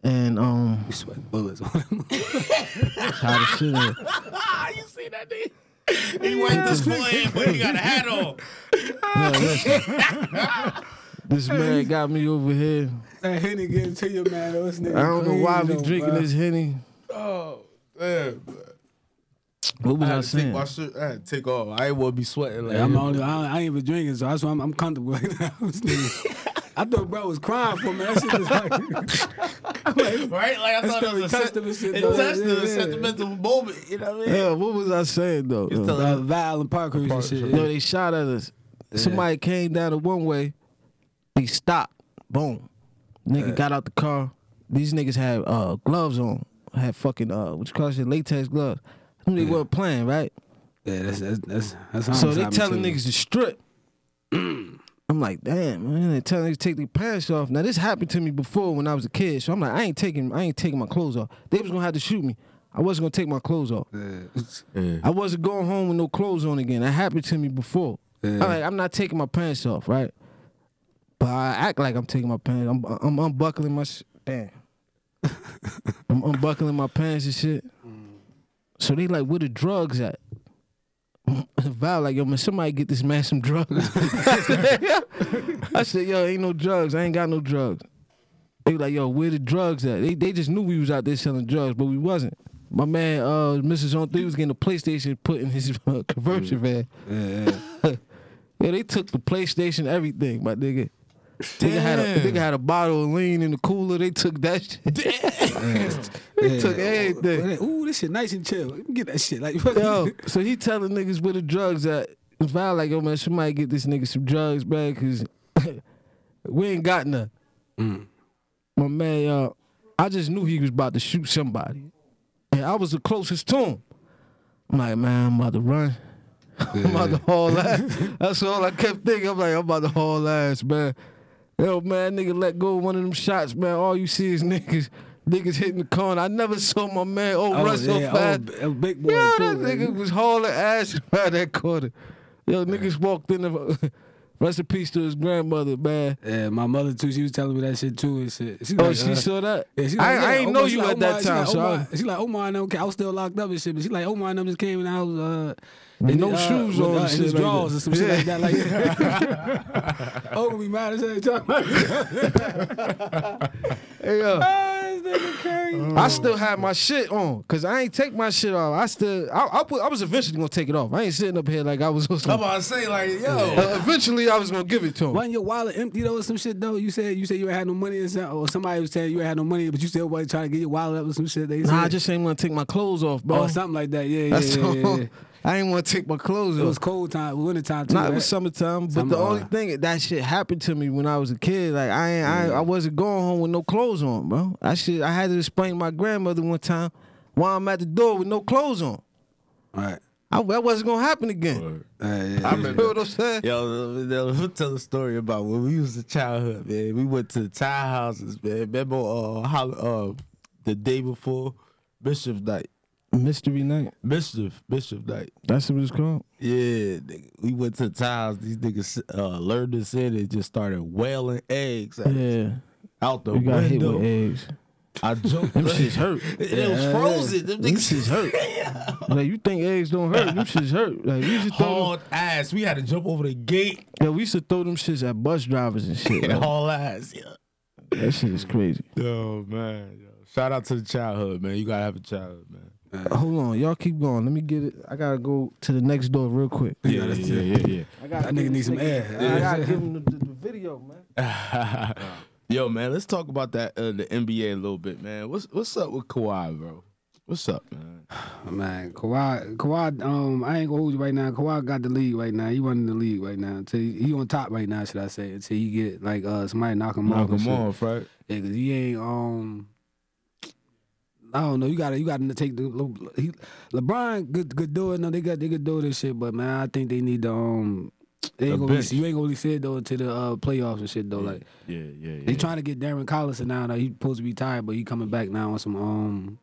and um,
You sweat bullets on them.
(laughs)
how the shit. is.
He wiped his forehead, but he got a hat on.
No, listen. this man got me over here.
(laughs) That Henny getting to you, man. Those niggas
I don't know why we
crazy,
drinking
though,
this henny.
Oh, man. bro.
What was I,
I had to take
saying?
my shirt. I had to take off. I ain't want to be sweating like
bro. I'm only, I, I ain't even drinking, so that's why I'm, I'm comfortable right now.
(laughs)
I thought bro was crying for me. That shit was
(laughs)
like,
Right? Like I
That's
thought it
probably
was a,
touched
sen-
him and shit,
it
though.
touched him,
Yeah,
a
yeah.
sentimental moment. You know what I mean?
Yeah, what was I saying though? Uh,
uh, Val and Parker and shit.
No, they shot at us. Somebody came down the one way. They stopped. Boom. Nigga got out the car. These niggas had uh, gloves on. Had fucking uh, what you call it? Latex gloves. Them niggas weren't playing, right?
Yeah, that's that's that's, that's how
So
I'm
they
stopping
telling
too.
niggas to
(clears throat)
strip. I'm like, damn, man. They telling niggas to take their pants off. Now this happened to me before when I was a kid. So I'm like, I ain't taking, I ain't taking my clothes off. They was gonna have to shoot me. I wasn't gonna take my clothes off. I wasn't going home with no clothes on again. That happened to me before. I'm like, I'm not taking my pants off, right? But I act like I'm taking my pants. I'm, I'm unbuckling my sh- damn. (laughs) I'm unbuckling my pants and shit. So they like, where the drugs at? (laughs) Val like, yo, man, somebody get this man some drugs. (laughs) I said, yo, ain't no drugs. I ain't got no drugs. They like, yo, where the drugs at? They they just knew we was out there selling drugs, but we wasn't. My man, uh, Mrs. On Three was getting a PlayStation put in his (laughs) uh, conversion van. (laughs) yeah, they took the PlayStation, everything, my nigga. Nigga had, a, nigga had a bottle of lean in the cooler. They took that (laughs) shit. they took everything.
Ooh, this shit nice and chill. Let me get that shit. Like, (laughs) fuck
Yo,
you.
so he telling niggas where the drugs at. Val like, yo man, somebody get this nigga some drugs, man, cause (laughs) we ain't got none.
Mm.
My man, uh, I just knew he was about to shoot somebody. And I was the closest to him. I'm like, man, I'm about to run. (laughs) I'm about to haul ass.
(laughs)
That's all I kept thinking. I'm like, I'm about to haul ass, man. Yo, man, nigga let go of one of them shots, man. All you see is niggas, niggas hitting the corner. I never saw my man oh,
Oh,
(laughs) run so
yeah,
fast.
oh, b- oh, big boy.
Yeah,
too,
that
man.
nigga was hauling ass (laughs) around that corner. Yo, niggas walked in the (laughs) rest in peace to his grandmother, man.
Yeah, my mother too. She was telling me that shit too and shit. She
Oh,
like,
she
uh,
saw that.
yeah, she
I,
like,
I
yeah,
ain't
Omar-
know
she
you
like,
at that
Omar- she
time,
like,
so I,
Omar- she like Omar and them. I was still locked up and shit. But she like Omar and them just came in the house. Uh,
With
in
no
uh,
shoes
with,
on
uh,
and
in
shit
his
like
drawers
that.
or some shit like
(laughs)
that. Like, (laughs) oh, gonna be mad as hell. Talking about (laughs)
Hey, yo,
this nigga crazy.
I still had my shit on, cause I ain't take my shit off. I still, I, I, put, I was eventually gonna take it off. I ain't sitting up here like I was. (laughs)
I'm
Gonna,
about to say, like, yo.
uh, eventually, I was gonna give it to him.
Wasn't your wallet empty though or some shit though? You said you said you ain't had no money or something, or somebody was saying you ain't had no money, but you still was trying to get your wallet up or some shit. They
Nah, I
said.
just ain't wanna take my clothes off, bro.
or something like that. Yeah, yeah,
That's
Oh, yeah, yeah,
all.
yeah.
I ain't wanna take my clothes
It
off.
was cold time, winter time too.
Nah, it
right?
was summertime. But
Summer,
the only
uh,
thing that shit happened to me when I was a kid. Like I ain't, I,
Mm.
I wasn't going home with no clothes on, bro. I should I had to explain to my grandmother one time why I'm at the door with no clothes on.
All right.
I, that wasn't gonna happen again.
Uh, yeah,
I
You
remember
know what I'm saying?
Yo, (laughs) they'll they'll tell a story about when we was a childhood, man. We went to Thai houses, man. Remember uh, how, uh, the day before Bishop Night?
Mystery night.
Mischief, Bishop Night.
That's what it's called.
Yeah, nigga. we went to Tiles. These niggas uh, learned this in and just started wailing eggs out,
Yeah,
out the
we got hit
window.
with eggs.
I joked.
Them shits hurt.
It (laughs) it was
Yeah.
frozen. Them
Them
niggas
shits hurt.
(laughs)
Like you think eggs don't hurt? Them shits hurt. Like we used to throw them,
hauled ass. We had to jump over the gate
yo, we used to throw them shits at bus drivers and shit.
and
like,
haul ass. Yeah.
that shit is crazy.
Yo, man. Yo. Shout out to the childhood, man. You gotta have a childhood, man.
Hold on, y'all keep going. Let me get it. I gotta go to the next door real quick.
Yeah, yeah, yeah, (laughs) yeah.
I gotta
That nigga
give
need
this
some air.
I gotta give him the, the, the video, man.
(laughs) Yo, man, let's talk about that uh, the NBA a little bit, man. What's what's up with Kawhi, bro? What's up, man?
Oh, Man, Kawhi, Kawhi, um, I ain't gonna hold you right now. Kawhi got the lead right now. He running the league right now. Until he, he on top right now, should I say? Until he get like uh somebody knock him off.
Knock
and
him
shit.
off, right?
Yeah, cause he ain't um. I don't know. You gotta, you gotta take the Le- he, LeBron. Good, good do it. No, they got, they could do this shit. But man, I think they need to um.
The
They ain't gonna really,
bench.
see- you ain't gonna really see it though until the uh, playoffs and shit though. Like
Yeah, yeah, yeah.
They trying to get Darren Collison now. Like, he's supposed to be tired, but he coming back now on some. Um,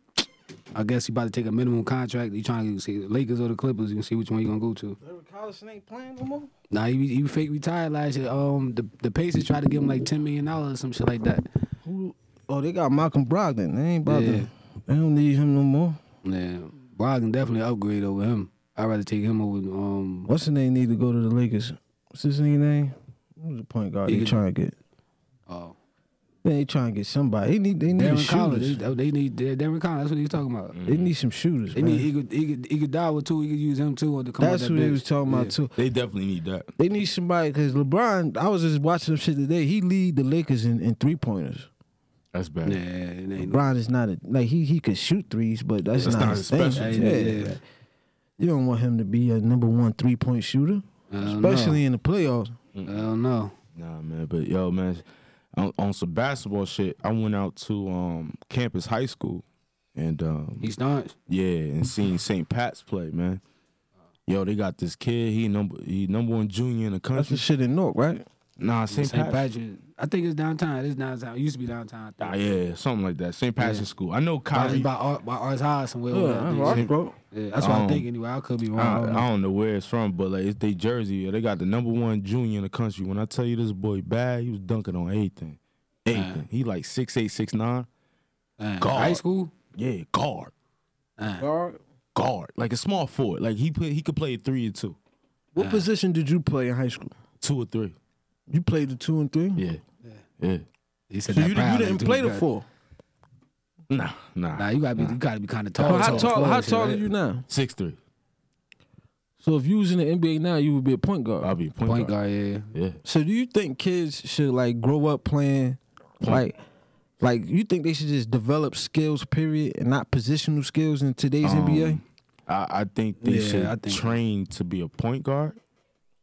I guess he about to take a minimum contract. He trying to see the Lakers or the Clippers. You can see which one you gonna go to.
Eric Collison ain't playing no more.
Nah, he he fake retired last year. Um, the the Pacers tried to give him like ten million dollars or some shit like that.
Who? Oh, they got Malcolm Brogdon. They ain't about
Yeah.
to. They don't need him no more.
Yeah, Brogdon definitely upgrade over him. I'd rather take him over. Um,
What's his name need to go to the Lakers? What's his nigga name? Who's the point guard they
Nigga.
trying to get?
oh,
They trying to Mm. get somebody. They need they need
Darren Collins.
shooters.
They, they need Darren Collins. That's what he was talking about.
They need some shooters,
They
man.
need Igor, Igor, Igor too. He could use him too. Or to come
That's
out that
who they
bench.
was talking
Yeah.
about too.
They definitely need that.
They need somebody because LeBron. I was just watching some shit today. He lead the Lakers in, in three pointers.
That's bad.
Yeah, it ain't no,
LeBron is not a like he he could shoot threes, but that's,
That's
not,
not
his
his
thing.
specialty.
Yeah,
Yeah, yeah.
You don't want him to be a number one three point shooter,
I don't
especially in the playoffs.
know. I don't know.
Nah, man. But yo, man, on, on some basketball shit, I went out to um campus high school, and um
He starts.
yeah, and seen St. Pat's play, man. Yo, they got this kid. He number he number one junior in the
That's
country.
the shit in Newark, right?
nah, St.
St.
Pat's.
Patrick. I think it's downtown. It's downtown. It used to be downtown. I
Ah,
think.
yeah, something like that. St. Patrick's School. I know
By, it's
Kyrie.
by, Ar- by Ars High somewhere. over there, I think.
bro.
Yeah, that's what I
Um,
think anyway. I could be wrong.
I,
I don't know.
I don't know where it's from, but like it's they Jersey. They got the number one junior in the country. When I tell you this boy bad, he was dunking on anything, anything. He like six eight six nine.
Uh,
God.
High school?
Yeah, guard, guard, like a small forward. Like he play, he could play three or two,
What position did you play in high school?
two or three.
You played the two and three.
Yeah, yeah.
He said
So
that
you, you
proudly,
didn't
too.
play
You
the
got-
four.
Nah, nah,
Nah, you gotta be you gotta be kinda tall.
Well, how tall?
forward
How
and shit,
tall are
right?
you now?
six three.
So if you was in the NBA now, you would be a point guard.
I'll be a point,
Point
guard.
guard, yeah.
Yeah,
So do you think kids should like grow up playing like like you think they should just develop skills period and not positional skills in today's NBA?
I, I think they
Yeah,
should
I think-
train to be a point guard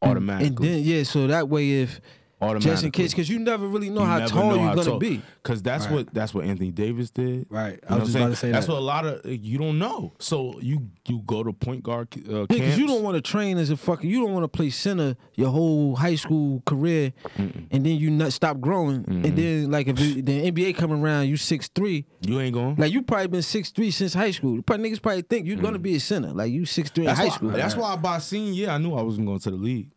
automatically.
And then yeah, so that way if
automatically.
just in case cuz you never really know how tall you're going to be.
Because that's what that's what Anthony Davis did.
Right.
You
I
know
was just
what I'm
about to say
saying? That's
that.
what a lot of you don't know. So you you go to point guard uh,
Yeah, cause
camps.
you don't want to train as a fucking. You don't want to play center your whole high school career, and then you not stop growing. And then like if you, the NBA come around, you six three.
You ain't going.
Like you probably been six three since high school. Probably niggas probably think you're gonna be a center. Like you six three in
Mm. that's
high
why,
school.
That's why by senior year I knew I wasn't going to the league.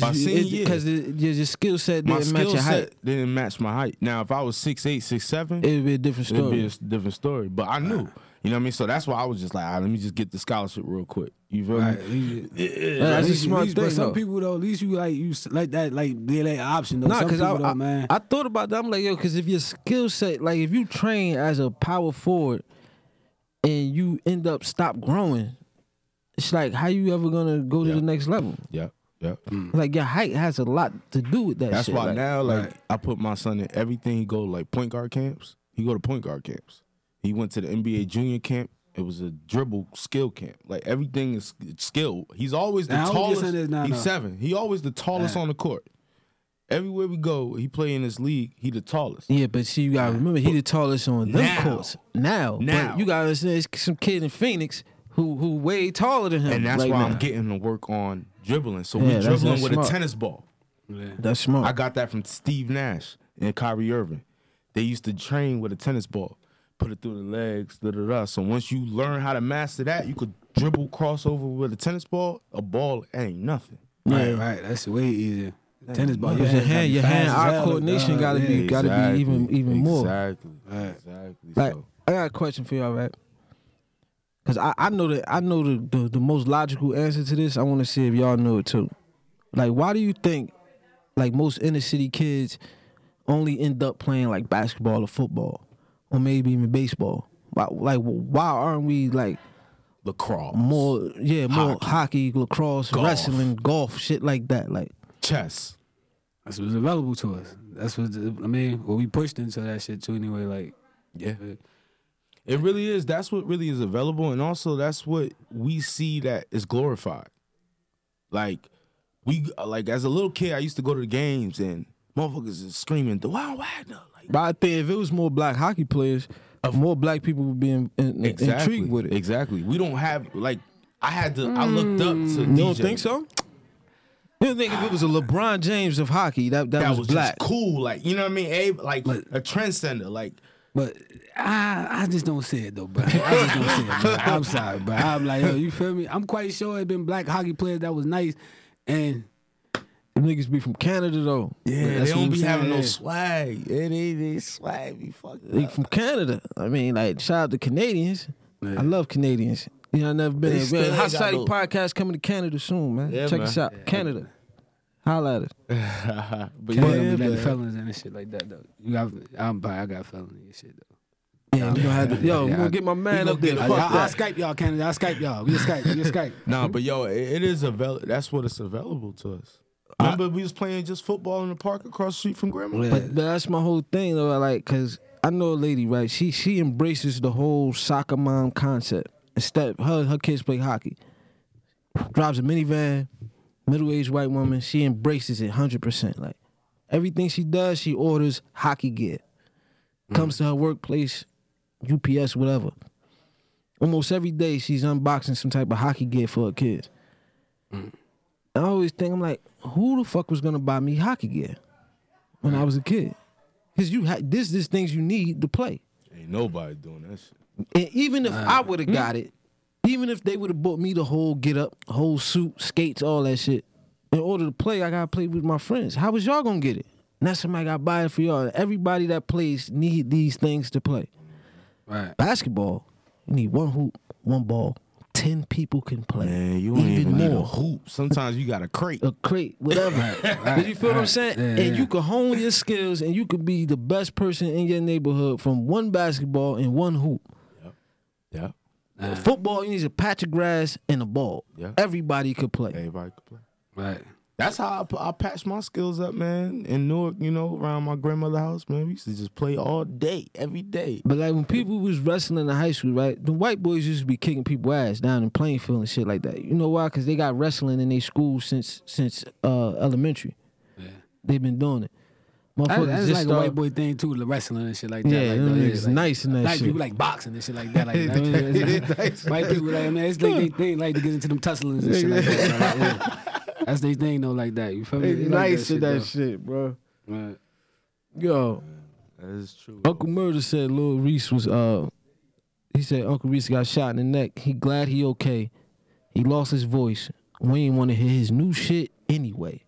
By senior year,
because your, your skill set
my
didn't match
skill
your height.
set didn't match my height. Now if I was six eight six seven,
It would be a different
it'd
story.
be a s- different story. But I knew. You know what I mean? So that's why I was just like, all right, let me just get the scholarship real quick. You feel
Right.
me?
he-
Yeah, that's
At
a
least- at
smart
least- but
thing.
some
though.
people though, at least you like you s- like that like they like option though.
Nah,
some
because
people
I,
though,
I,
man.
I thought about that. I'm like, yo, because if your skill set, like if you train as a power forward and you end up stop growing, it's like how you ever gonna go to
Yeah.
the next level?
Yeah, yeah.
Like your height has a lot to do with Mm. that.
That's
shit.
why
like,
now, like,
Right.
I put my son in everything. He go like point guard camps. He go to point guard camps. He went to the NBA junior camp. It was a dribble skill camp. Like everything is skill. He's always the
Now, how old your
tallest.
son is now,
he's
now?
seven. He always the tallest on the court. Everywhere we go, he play in this league. He the tallest.
Yeah, but see, you gotta remember he the tallest on them
Now.
courts now.
Now.
but you gotta understand, it's some kid in Phoenix who who way taller than him.
And that's
right
why
now.
I'm getting to work on dribbling. So
Yeah,
we
that's-
dribbling
that's
with
smart.
a tennis ball.
That's smart.
I got that from Steve Nash and Kyrie Irving. They used to train with a tennis ball, put it through the legs, da da da. So once you learn how to master that, you could dribble crossover with a tennis ball. A ball ain't nothing.
Right, right. That's way easier. Tennis ball.
Because your hand, your hand, eye coordination gotta be gotta be even even more.
Exactly. Exactly.
Like
so,
I got a question for y'all, right? Because I, I know that I know the, the the most logical answer to this. I want to see if y'all know it too. Like, why do you think like most inner city kids only end up playing like basketball or football or maybe even baseball? Why, like, why aren't we like
lacrosse,
more yeah more hockey, lacrosse,
Golf.
wrestling, golf, shit like that? Like,
chess.
That's what's available to us. That's what I mean. Well, we pushed into that shit too anyway. Like
Yeah. It really is. That's what really is available. And also that's what we see that is glorified. Like we like as a little kid, I used to go to the games and motherfuckers is screaming, the Wild Wagner. Like
but I think if it was more black hockey players, more black people would be in, in, intrigued with it.
Exactly. We don't have like I had to I looked up to
Mm. You don't think so? You don't think if it was a LeBron James of hockey, that that,
That
was,
was
black?
just cool. Like, you know what I mean? A, like a trendsetter. Like
But I I just don't see it though, bro. I just don't see
(laughs)
it. Bro. I'm sorry, bro. I'm like, yo, you feel me? I'm quite sure it been black hockey players that was nice, and
Them Niggas be from Canada though.
yeah, they
that's what
don't
I'm
be having no
saying.
swag.
(laughs)
Yeah, they, they swag be fucked
They
up.
from Canada. I mean, like shout out to Canadians. I love Canadians. Yeah, I never been
They
there.
still
Man,
ain't
Hot
got
Society
no-
Podcast coming to Canada soon, man.
Yeah,
Check
man.
us out. Canada. Holla at us.
but
Yeah,
yeah,
like
man.
felons and shit like that though. You got, I'm bi- I got felony and shit though.
Yeah, we gonna have to, yo,
yeah,
we
I-
gonna get my man up there.
I,
Fuck
I, I
that.
Skype y'all, Canada. I Skype y'all. We Skype. We Skype.
Mm-hmm.
Nah, but yo, it, it is available. That's what it's available to us. Remember, we was playing just football in the park across the street from Grandma.
Yeah.
But that's my whole thing though. I Like, cause I know a lady, right? She she embraces the whole soccer mom concept. Instead, her her kids play hockey. Drives a minivan, middle aged white woman. She embraces it hundred percent. Like everything she does, she orders hockey gear. Comes to her workplace, UPS, whatever. Almost every day, she's unboxing some type of hockey gear for her kids. I always think I'm like, who the fuck was gonna buy me hockey gear? when I was a kid. Cause you had this this things you need to play.
Ain't nobody doing that shit.
And even if I would have got it, even if they would have bought me the whole get up, whole suit, skates, all that shit, in order to play, I gotta play with my friends. How was y'all gonna get it? Now somebody gotta buy it for y'all. Everybody that plays need these things to play.
(laughs) Right.
Basketball, you need one hoop, one ball. Ten people can play.
Man, you ain't even, need a hoop. Sometimes you got a (laughs) crate.
a crate, whatever. you feel what I'm saying? and you can hone your skills and you could be the best person in your neighborhood from one basketball and one hoop.
Yeah,
Football, you need a patch of grass and a ball.
Yeah.
Everybody could play.
everybody could play.
Right.
That's how I, I patched my skills up, man. In Newark, you know, around my grandmother's house, man, we used to just play all day, every day.
But like when people was wrestling in high school, right? The white boys used to be kicking people ass down in Plainfield and shit like that. You know why? Because they got wrestling in their school since since uh, elementary. They've been doing it.
That-
Motherfuckers
that's
just
like
start-
a white boy thing too, the wrestling and shit like that.
Yeah,
like,
them
though,
niggas
like,
nice in that
black
shit.
people like boxing and shit like that.
(laughs)
Like, I mean, it's- it's- (laughs) white people like, I mean, it's like they, they like to get into them tusslings and shit like that. like, yeah. That's their thing though, like that. You feel me?
They
They like
nice in that
though.
shit, bro.
Right.
Yo,
That is true.
Uncle Murder said Lil Reese was uh he said Uncle Reese got shot in the neck. He glad he okay. He lost his voice. We ain't want to hear his new shit anyway.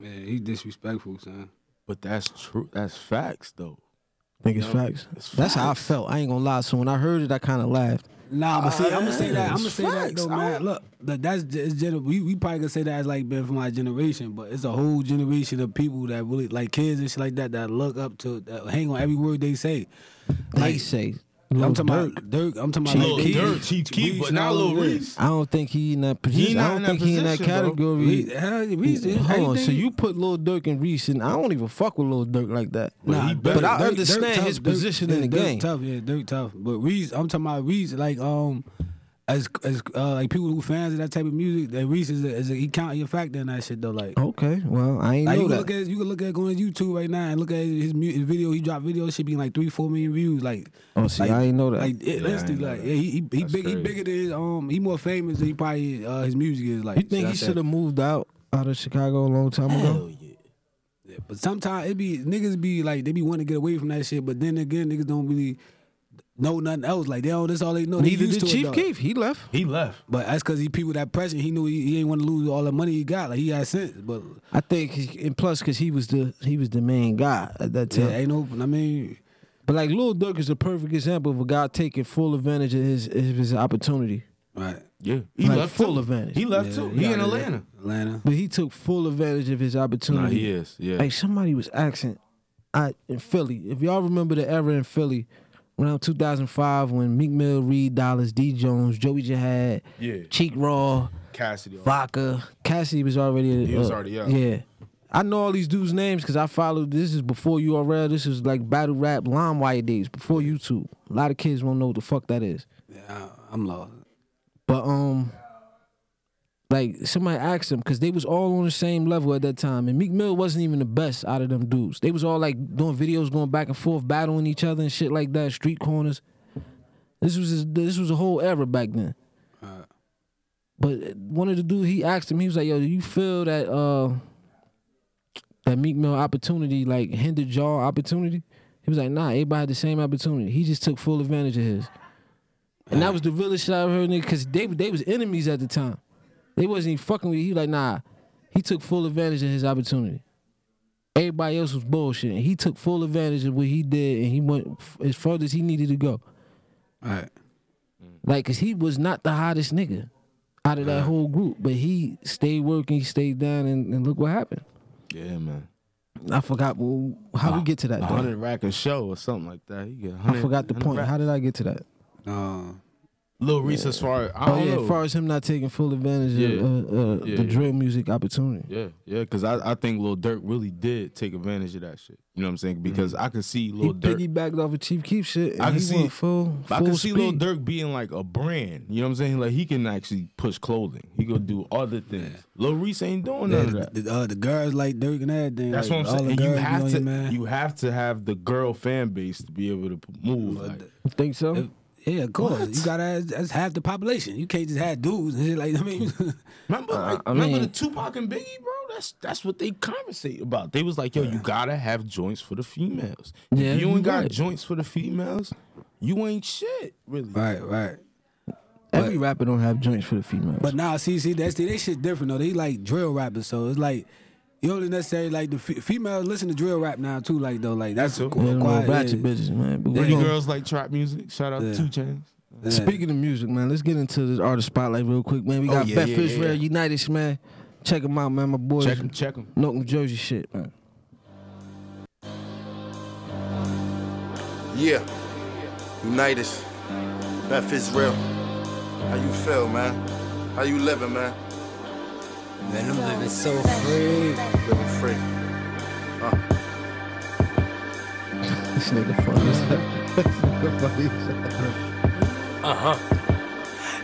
Yeah, he disrespectful, son.
But that's true. That's facts, though.
Think it's facts. That's how I felt. I ain't gonna lie. So when I heard it, I kind of laughed.
Nah, but see, I'm gonna say that. I'm gonna
it's
say that
facts.
though,
I
man.
don't-
Look, that, that's ge- it's gener- we, we probably gonna say that as like been from my generation, but it's a whole generation of people that really like kids and shit like that that look up to that hang on every word they say.
They say,
I'm
Lil
talking
Durk.
about Dirk. I'm talking about
Lil
like, they-
Durk,
Chief Keef,
Reese
but
and
not
all
Lil
of them.
Reese.
I don't think he in that position.
not
I don't
in that
think he in that
position, bro.
category.
Reese, hell, Reese,
Hold on. So
everything-
you put Lil Durk and Reese, and I don't even fuck with Lil Durk like that.
Nah,
he
Dirk-
but I
Dirk-
understand
Dirk tough,
his
Dirk-
position
yeah,
in the
Dirk
game.
Tough, yeah, Dirk tough. But Reese, I'm talking about Reese, like um, as as uh, like people who fans of that type of music, that Reese is a, is a, he count your factor in that shit though. Like,
Okay. Well, I ain't
like
know
you can
that.
look at you can look at going to YouTube right now and look at his, mu- his video. He dropped video, should be like three four million views. Like,
Oh, see,
like-
I ain't know that.
Like, it,
Yeah, I
honestly,
ain't know
like
that.
yeah, he he, he
That's
big he
crazy.
bigger than his um he more famous than he probably uh, his music is. Like,
You think he should have moved out out of Chicago a long time ago?
But sometimes it be niggas be like they be wanting to get away from that shit, but then again niggas don't really know nothing else. Like they don't that's all they know. They
Neither
used
did
to it,
Chief
though.
Keef. He left.
He left.
But that's cause he people that pressure, he knew he, he ain't want to lose all the money he got. Like he had sense. But
I think, he- and plus, cause he was the he was the main guy at that time.
yeah, ain't no I mean
But like Lil Durk is a perfect example of a guy taking full advantage of his of his opportunity.
Right.
Yeah, he
Like,
left
full
too.
advantage.
He left
Yeah,
too.
he
He in
outta there.
Atlanta.
Atlanta.
But he took full advantage of his opportunity.
is. Yeah.
Like somebody was asking, I in Philly. If y'all remember the era in Philly, around 2005, when Meek Mill, Reed Dollars, D Jones, Joey Jihad,
Yeah.
Cheek Raw,
Cassidy.
Vodka. Cassidy was already.
He was
uh,
already out.
Yeah. I know all these dudes' names because I followed. This is before URL. This is like battle rap, LimeWire days before YouTube. A lot of kids won't know what the fuck that is.
Yeah, I'm lost.
But um, like somebody asked them because they was all on the same level at that time, and Meek Mill wasn't even the best out of them dudes. They was all like doing videos, going back and forth, battling each other and shit like that, street corners. This was his, this was a whole era back then. But one of the dudes he asked him, he was like, "Yo, do you feel that uh that Meek Mill opportunity like hindered y'all opportunity?" He was like, "Nah, everybody had the same opportunity. He just took full advantage of his." And that was the realest shit I ever heard, nigga, because they, they was enemies at the time. They wasn't even fucking with you. He like, nah, he took full advantage of his opportunity. Everybody else was bullshit. And he took full advantage of what he did, and he went f- as far as he needed to go.
All right.
Like, cause he was not the hottest nigga out of that whole group, but he stayed working, he stayed down, and, and look what happened.
Yeah, man.
I forgot well, how we get to that.
A
though.
hundred rack a show or something like that. You get
I forgot the point. How did I get to that?
No.
Little Reese as far I
Oh
don't
yeah,
know.
as far as him not taking full advantage of
Yeah.
uh, uh,
Yeah,
the
yeah.
drill music opportunity.
yeah, yeah, because I, I think Lil Durk really did take advantage of that shit. You know what I'm saying? Because I could see
He
Lil Durk
piggybacked off of Chief Keef shit. And
I can
he
see-
went full.
I
full
can see Lil
speed.
Durk being like a brand. You know what I'm saying? Like he can actually push clothing. He could do other things. Lil Reese ain't doing
Yeah,
none of
the,
that.
the, uh, the girls like Dirk and everything.
That's
like,
what I'm
all
saying. And
the
you
girls be
have
on
to
man.
you have to have the girl fan base to be able to p- move. Like,
You think so?
yeah, of course. You gotta that's half the population. You can't just have dudes and shit like (laughs) I mean.
remember, like,
I
remember the
mean-
Tupac and Biggie, bro? That's that's what they conversate about. They was like, yo, you gotta have joints for the females. If
Yeah,
you
you
ain't got
right.
joints for the females, you ain't shit, really.
right, right.
Every rapper don't have joints for the females.
But nah, see, see, that's they shit different though. They like drill rappers, so it's like you don't necessarily like the f- females listen to drill rap now too. Like though, like that's
That's
they
cool.
don't know
Quiet,
ratchet
yeah.
bitches, man. But
Pretty
we gonna,
girls like trap music. Shout out
Yeah.
to Two Chains.
Yeah.
speaking of music, man, let's get into this artist spotlight real quick, man. We got
Oh, yeah,
Beth
yeah,
Israel
yeah.
United, man. Check them out, man. My boys,
Check them, check them.
North New Jersey shit, man.
Yeah. Unite us. Beth Israel. How you feel, man? How you living, man?
Man, I'm living so free.
Living free.
This nigga funny.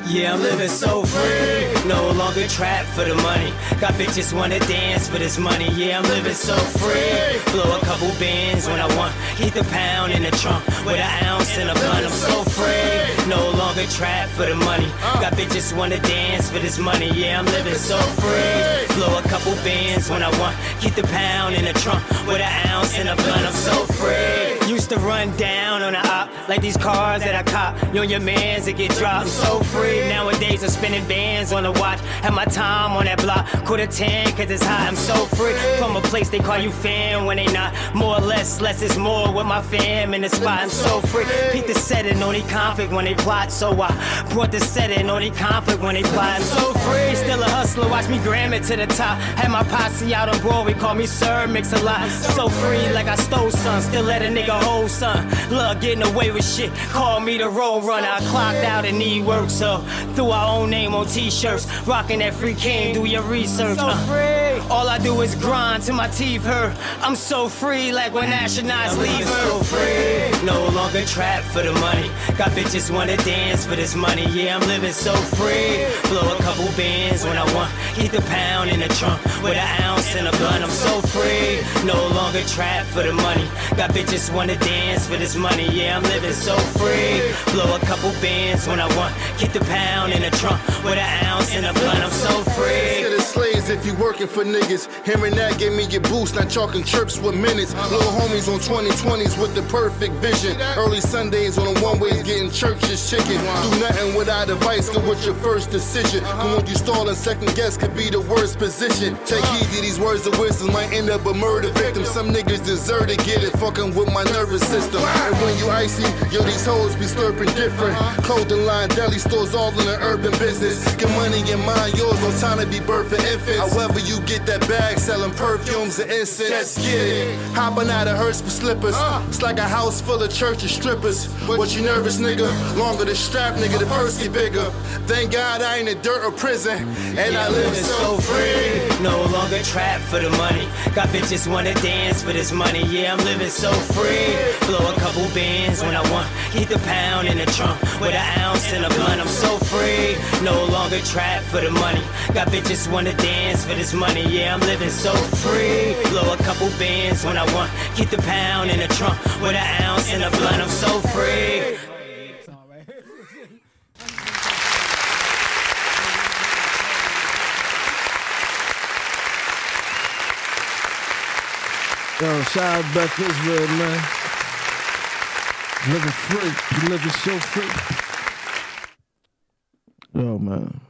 Yeah, I'm living so free. No longer trapped for the money. Got bitches wanna dance for this money. Yeah, I'm living so free. Blow a couple bands when I want. Keep the pound in the trunk with an ounce and a blunt. I'm so free. No longer trapped for the money. Got bitches wanna dance for this money. Yeah, I'm living so free. Blow a couple bands when I want. Keep the pound in the trunk with an ounce and a blunt. I'm so free. Used to run down on the op like these cars that I cop. You and your mans that get dropped. I'm so free. Nowadays I'm spinning bands on the watch. Have my time on that block. Quarter ten, cause it's hot. I'm so free. From a place they call you fan when they not. More or less, less is more with my fam in the spot. I'm so free. Peek the setting, only conflict when they plot. So I brought the setting, only conflict when they plot. I'm so free. Still a hustler, watch me gram it to the top. Had my posse out on Broadway, call me Sir Mix a lot. So free, like I stole some. Still let a nigga hold some. Love getting away with shit. Call me the road runner. I clocked out and need work, so threw our own name on t-shirts. Rocking that free cane, do your research. uh. So free. All I do is grind till my teeth hurt. I'm so free, like when astronauts leave Earth. free. No longer trapped for the money. Got bitches wanna dance for this money. Yeah, I'm living so free. Blow a couple bands when I want. Keep the pound in the trunk with an ounce and a blunt. I'm so free. No longer trapped for the money. Got bitches wanna dance for this money. Yeah, I'm living so free. Blow a couple bands when I want. Keep the pound in the trunk with an ounce and a blunt. I'm so free.
Consider slaves if you working for niggas. Hearing that gave me your boost, not chalking trips with minutes. Little homies on 2020s with the perfect vision. Early Sundays on the one ways getting church's chicken. Do nothing without advice, go with your first decision. Come on, you stall and second guess could be the worst position. Take heed to these words of wisdom, might end up a murder victim. Some niggas deserve to get it, fucking with my nervous system. And when you icy, yo, these hoes be slurping different. Clothing line, deli stores, all in the urban business. Get money in mind, yours, no time to be birthing infants. However, you get that bag selling perfumes and incense. Just get it. Hopping out of hearse for slippers. It's like a house full of church and strippers. What you nervous, nigga? Longer the strap, nigga, the purse get bigger. Thank God I ain't in dirt or prison. And I live
living
so
so
free.
free. No longer trapped for the money. Got bitches wanna dance for this money. Yeah, I'm living so free. Blow a couple bands when I want. Keep the pound in the trunk with an ounce and a blunt. I'm so free. No longer trapped for the money. Got bitches wanna dance for this money. Yeah, I'm living so free. Blow a couple bands when I want. Keep the pound in the trunk with an ounce and a blunt. I'm so free.
Yo, shout out Beth Israel, man. Living free, you living so free. Yo, man.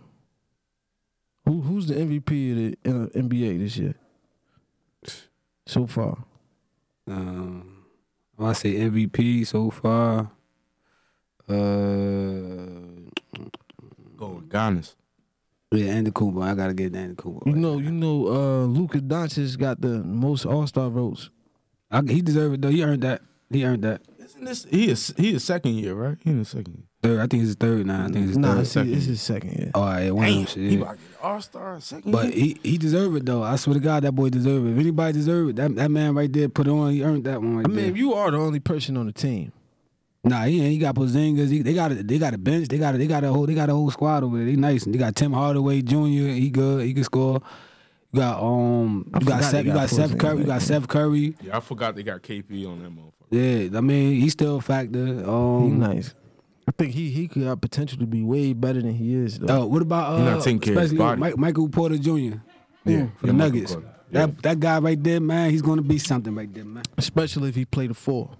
Who who's the MVP of the N- NBA this year? So far,
Um, when I say MVP so far, uh,
Giannis.
Yeah, and the Kubo. I gotta get Dan the Kubo.
You know, you know, uh, Luka Doncic got the most All Star votes.
I, he deserved it though. He earned that. He earned that.
Isn't this he is he is second year, right? He in his second year.
Third, I think it's his third now. I think it's his
Nah,
third.
it's, it's his second year.
All right, one of them shit,
He
yeah.
about to get All Star second
But
year.
he he deserved it though. I swear to God, that boy deserved it. If anybody deserved it, that that man right there put on. He earned that one. Right
I mean,
there.
if you are the only person on the team.
Nah, he ain't. He got Porzingis. He, they got a, they got a bench. They got a, they got a whole they got a whole squad over there. They nice. They got Tim Hardaway Jr. He good. He can score. You got um.
I
You got
forgot
Seth,
they
you
got
got Seth
Porzingis
Curry. You
back
got
there.
Seth Curry.
Yeah, I forgot they got KP on that motherfucker.
Yeah, I mean he's still a factor.
He
Um.
nice. I think he he could have potential to be way better than he is though.
Oh, what about uh,
He not taking care of his
especially
body.
Mike, Michael Porter Jr.
Yeah,
for
yeah,
the
Michael
Nuggets?
Carter. Yeah.
That that guy right there, man, he's gonna be something right there, man.
Especially if he played a four.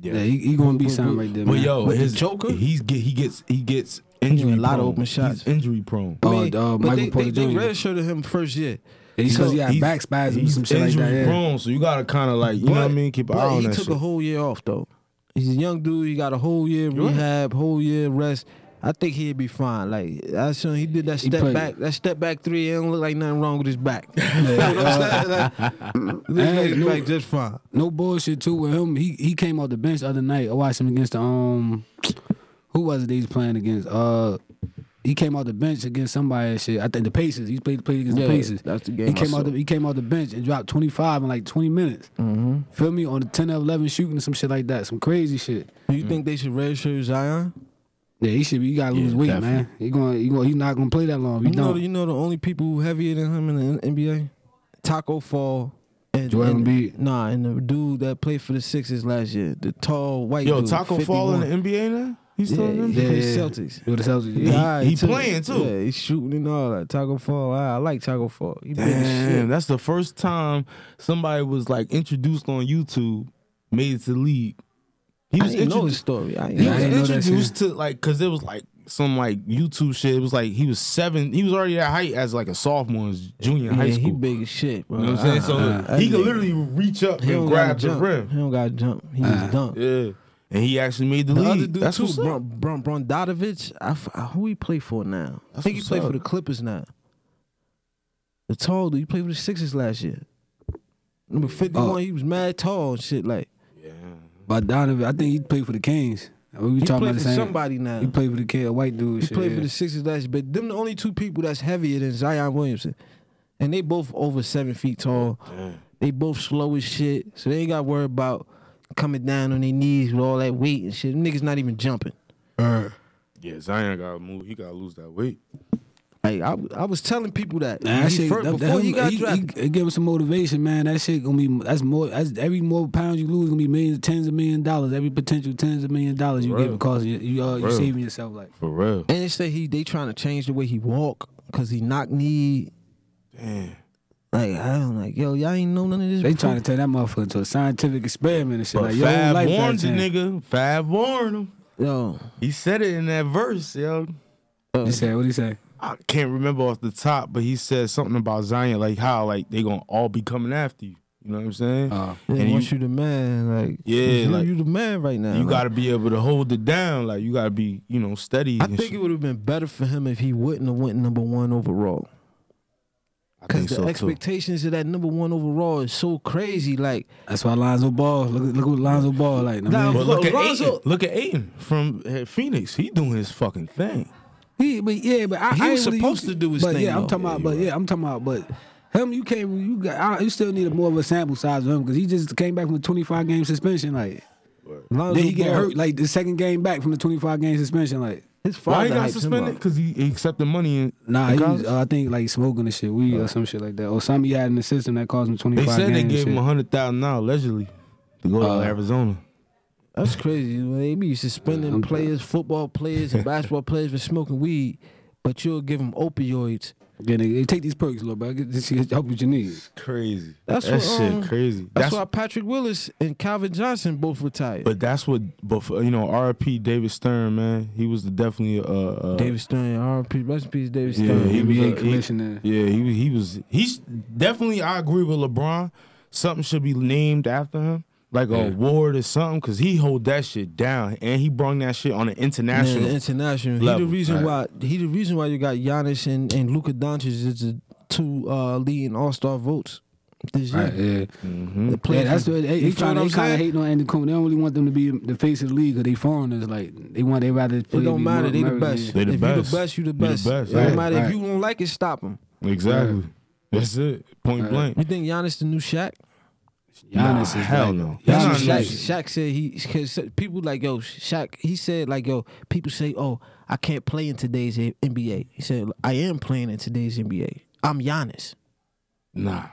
yeah.
Yeah, he, he gonna be something right there,
but
man.
yo,
But the
his
Joker?
he's get he gets he gets injury
a lot of
prone.
open shots.
He's injury prone.
Oh, uh,
but
Michael
they,
Porter
they, they
Jr.
redshirted him first year.
because
So
he had
He's-
back spasms,
he's
some shit like that.
injury
Yeah.
prone, so you gotta kind of like you know what I
But-
mean. Keep an
but
eye on
he
that
took
shit.
a whole year off though. He's a young dude. He got a whole year rehab, whole year rest. I think he'd be fine. Like I saw he did that
He
step
played.
back, that step back three. It don't look like nothing wrong with his back. (laughs)
uh,
Look
Hey,
like,
no-
like just fine.
(laughs) No bullshit too with him. He he came off the bench the other night. I watched him against the um who was it they was playing against? Uh he came off the bench against somebody and shit. I think the Pacers. He played played against
Yeah,
the Pacers.
that's the game
He
I
came
saw.
out the he came off the bench and dropped twenty five in like twenty minutes. Mm-hmm. Feel me on the ten or eleven shooting and some shit like that. Some crazy shit.
Do you think they should redshirt Zion?
Yeah, he should be. You gotta lose weight, man. He going. He going. He's not gonna play that long. He
You know,
don't.
the- you know the only people who heavier than him in the N- NBA, Taco Fall and
Joel
and-
Embiid.
Nah, and the dude that played for the Sixers last year, the tall white
Yo,
dude,
Taco Fall in
51.
the NBA now. He's
yeah,
still in the
yeah,
NBA.
yeah. Celtics.
Yo, the Celtics. Yeah.
Yeah,
he playing, too.
Yeah, he's shooting and all that. Taco Fall, I, I like Taco Fall. He big as shit.
Damn, that's the first time somebody was like introduced on YouTube, made it to league. He
I
was
didn't know
introduced.
his story. I didn't
He
know
was
I
that.
didn't know that
introduced to like because it was like some like YouTube shit. It was like he was seven. He was already that height as like a sophomore, as junior in high
Yeah,
school.
he big Uh, as shit, bro.
you know what I'm saying? So he could
nigga-
literally reach up
He
and
don't
grab
gotta
the
jump.
rim.
He don't got to jump. He
Ah.
just dunk.
Yeah, and he actually made the,
The
league.
other dude
that's
too,
what's up.
Bron, Bron, Brondadovic. I, f- I- who he play for now? I
That's
think he
what's
played
up.
for the Clippers now. The tall dude, he played for the Sixers last year. Number fifty one,
Oh.
he was mad tall and shit. Like
By Donovan, I think he played for the Kings. We were
he
talking
played
about
for
the same.
somebody now.
He
He,
played for the Kings. A white dude. and shit,
played
yeah.
for the Sixers last year. But them the only two people that's heavier than Zion Williamson, and they both over seven feet tall. They both slow as shit, so they ain't got to worry about coming down on their knees with all that weight and shit. Them niggas not even jumping.
Yeah, Zion gotta move. He gotta lose that weight.
Like I, I was telling people that,
Nah, that
He
shit,
first-
that-
before
that-
he got
he,
drafted.
he- it give him some motivation, man. That shit gonna be that's more. That's every more pounds you lose gonna be millions, tens of million dollars. Every potential tens of million dollars you get because you you, uh, you
Real.
saving yourself like.
For real.
And they say he they trying to change the way he walk because he knock knee.
Damn.
Like I don't like yo, y'all ain't know none of this.
They
before.
trying to turn that motherfucker into a scientific experiment and shit.
But
Like, yo,
Fab
like that
warned the
thing.
nigga. Fab warned him.
yo.
He said it in that verse, yo.
He said, what he say?
I can't remember off the top, but he said something about Zion, like how like they gonna all be coming after you. You know what I'm saying?
Uh,
They
and you,
want you, the man, like
Yeah,
you,
like-
you the man right now.
you
like.
gotta be able to hold it down. Like you gotta be, you know, steady.
I
and
think it
shit.
would have been better for him if he wouldn't have went number one overall.
I
Because
think
the
so too.
expectations of that number one overall is so crazy. Like
That's why Lonzo Ball. Look, look what Lonzo Ball like. I
Nah,
mean,
But look at
Lonzo-
Aiden. Look at Aiden from uh, Phoenix. He doing his fucking thing.
He, but yeah, but I,
He
I
was
ain't really
supposed to
used
do his
but
thing,
Yeah, I'm
though.
talking
Yeah,
about,
you
but
right.
yeah, I'm talking about, but him, you can't, you got, I, you still need a more of a sample size of him because he just came back from a 25 game suspension. Like,
Lonzo
then he get
Ball,
hurt like the second game back from the 25 game suspension. Like,
His father
Why he got
hyped him
suspended?
up.
Because he, he accepted money and
nah,
in
he was,
college?
uh, I think like smoking and shit, weed or some shit like that, or something he had in the system that caused him 25
they said they
games
gave
and
him
shit.
a hundred thousand dollars allegedly to go
Uh,
to Arizona.
That's crazy. They be suspending
I'm-
players, football players,
(laughs)
and basketball players for smoking weed, but you'll give them opioids.
Yeah, they, they take these perks, little bro. Get this shit, help what you need.
Crazy.
That's
that
what,
shit
um,
crazy.
That's, why Patrick Willis and Calvin Johnson both retired.
But that's what, but for, you know, RP David Stern, man, he was definitely uh, uh
David Stern, R.P. Rest in peace, David
Yeah,
Stern.
he was
NBA
a-
commissioner.
He, yeah, he was- he was. He's definitely. I agree with LeBron. Something should be named after him. like an award or something, cause he hold that shit down and he brung that shit on an international.
Man, international. he
level,
the reason
right.
why he the reason why you got Giannis and, and Luka Doncic is the two uh, leading All Star votes this year.
Right, yeah.
Mm-hmm.
The
Yeah,
players-
that's what they,
you
they
feel what
trying. They
I'm
kind
saying?
of hating on Andy Cohen. They don't really want them to be the face of the league because they foreigners. Like they want they rather.
It don't matter. They the best.
They the
if you
best.
the best, you the
You the
best.
best,
It don't
right,
matter if
right.
you don't like it, stop them.
Exactly. That's it. Point blank.
You think Giannis the new Shaq?
Giannis
Nah,
is
hell
like-
no.
That's
Giannis
what
is
Shaq,
like-
Shaq said he because people like yo Shaq he said like yo people say oh I can't play in today's NBA he said I am playing in today's NBA I'm Giannis
Nah.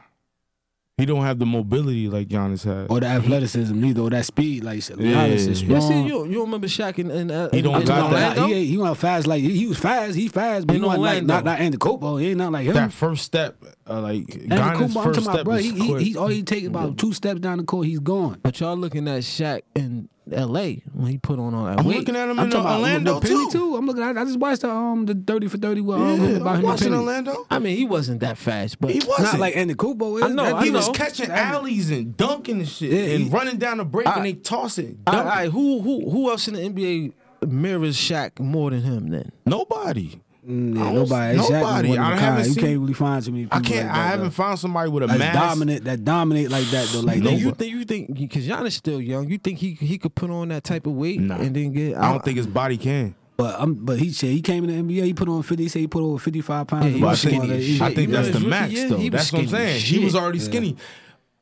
He don't have the mobility like Giannis had.
Or the athleticism, neither. Or that speed. Like Giannis is
Yeah.
yeah see
strong.
you don't, you don't remember Shaq in, in, uh,
He don't
in
got that.
Orlando?
He, ain't- he went fast like he was fast. He fast, but
In
he wasn't like
Orlando.
not, not Andy Kobo. He ain't not like him.
that first step, uh, like
Andy
Giannis'
Kobo, I'm
first
talking
step
about, bro.
is
He, he,
quick.
he all he take about two steps down the court. He's gone.
but y'all looking at Shaq in L.A. when he put on all that
I'm
weight
looking at him
I'm
in
talking about
Orlando
the Penny
too.
too. I'm looking. I, I just watched the um the thirty for thirty. With, um,
Yeah, I'm
about him and
watching
Penny.
Orlando.
I mean he wasn't that fast but
He wasn't.
Not like Andy Kubo is.
I know,
That
I
he
dude
was
know.
catching alleys and dunking and shit,
Yeah,
and
he-
running down the break
I-
and they tossing.
all right who who who else in the NBA mirrors Shaq more than him then
Nobody.
Mm, yeah,
I don't-
nobody. Shaq is
nobody.
one of
I
a
haven't
kind. You
seen-
can't really find too many. People
I can't.
Like that,
I haven't
Though.
found somebody with a
That's
mass.
dominant. That dominate like that though. Like
You think
nobody.
you think you think because Giannis still young you think he he could put on that type of weight
Nah.
and then get
I don't think his body can.
But I'm. But he said he came in the NBA. He put on fifty. He said he put on fifty five pounds.
Yeah, he
But
was
I think,
skinny as shit.
I think
You
that's
remember
the
his
max
rookie year?
though.
He was
That's what I'm
skinny
saying.
as
He was
shit.
already skinny.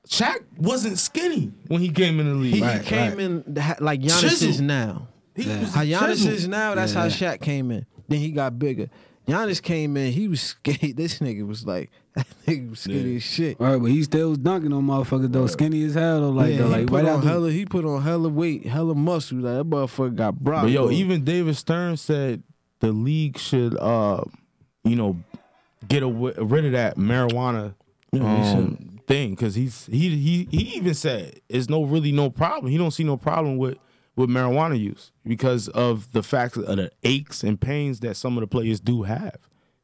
Shaq wasn't skinny when he came in the league.
He
Right,
came
right.
in ha- like Giannis is
Chiseled.
now.
He was
How Giannis
chiseled.
is now, that's how Shaq came in. Then he got bigger. Giannis came in, he was (laughs) skinny. This nigga was like, (laughs) that nigga was skinny as shit.
All right, but he still was dunking on motherfuckers though. Skinny as hell though. Like
yeah,
though.
he
Like
put
right
on
out the-
hella, he put on hella weight, hella muscle. Like that motherfucker got broad.
But yo, even David Stern said the league should, uh, you know, get away, rid of that marijuana
he said-
um, thing because he's he he he even said it's no really no problem. He don't see no problem with with marijuana use because of the fact of the aches and pains that some of the players do have.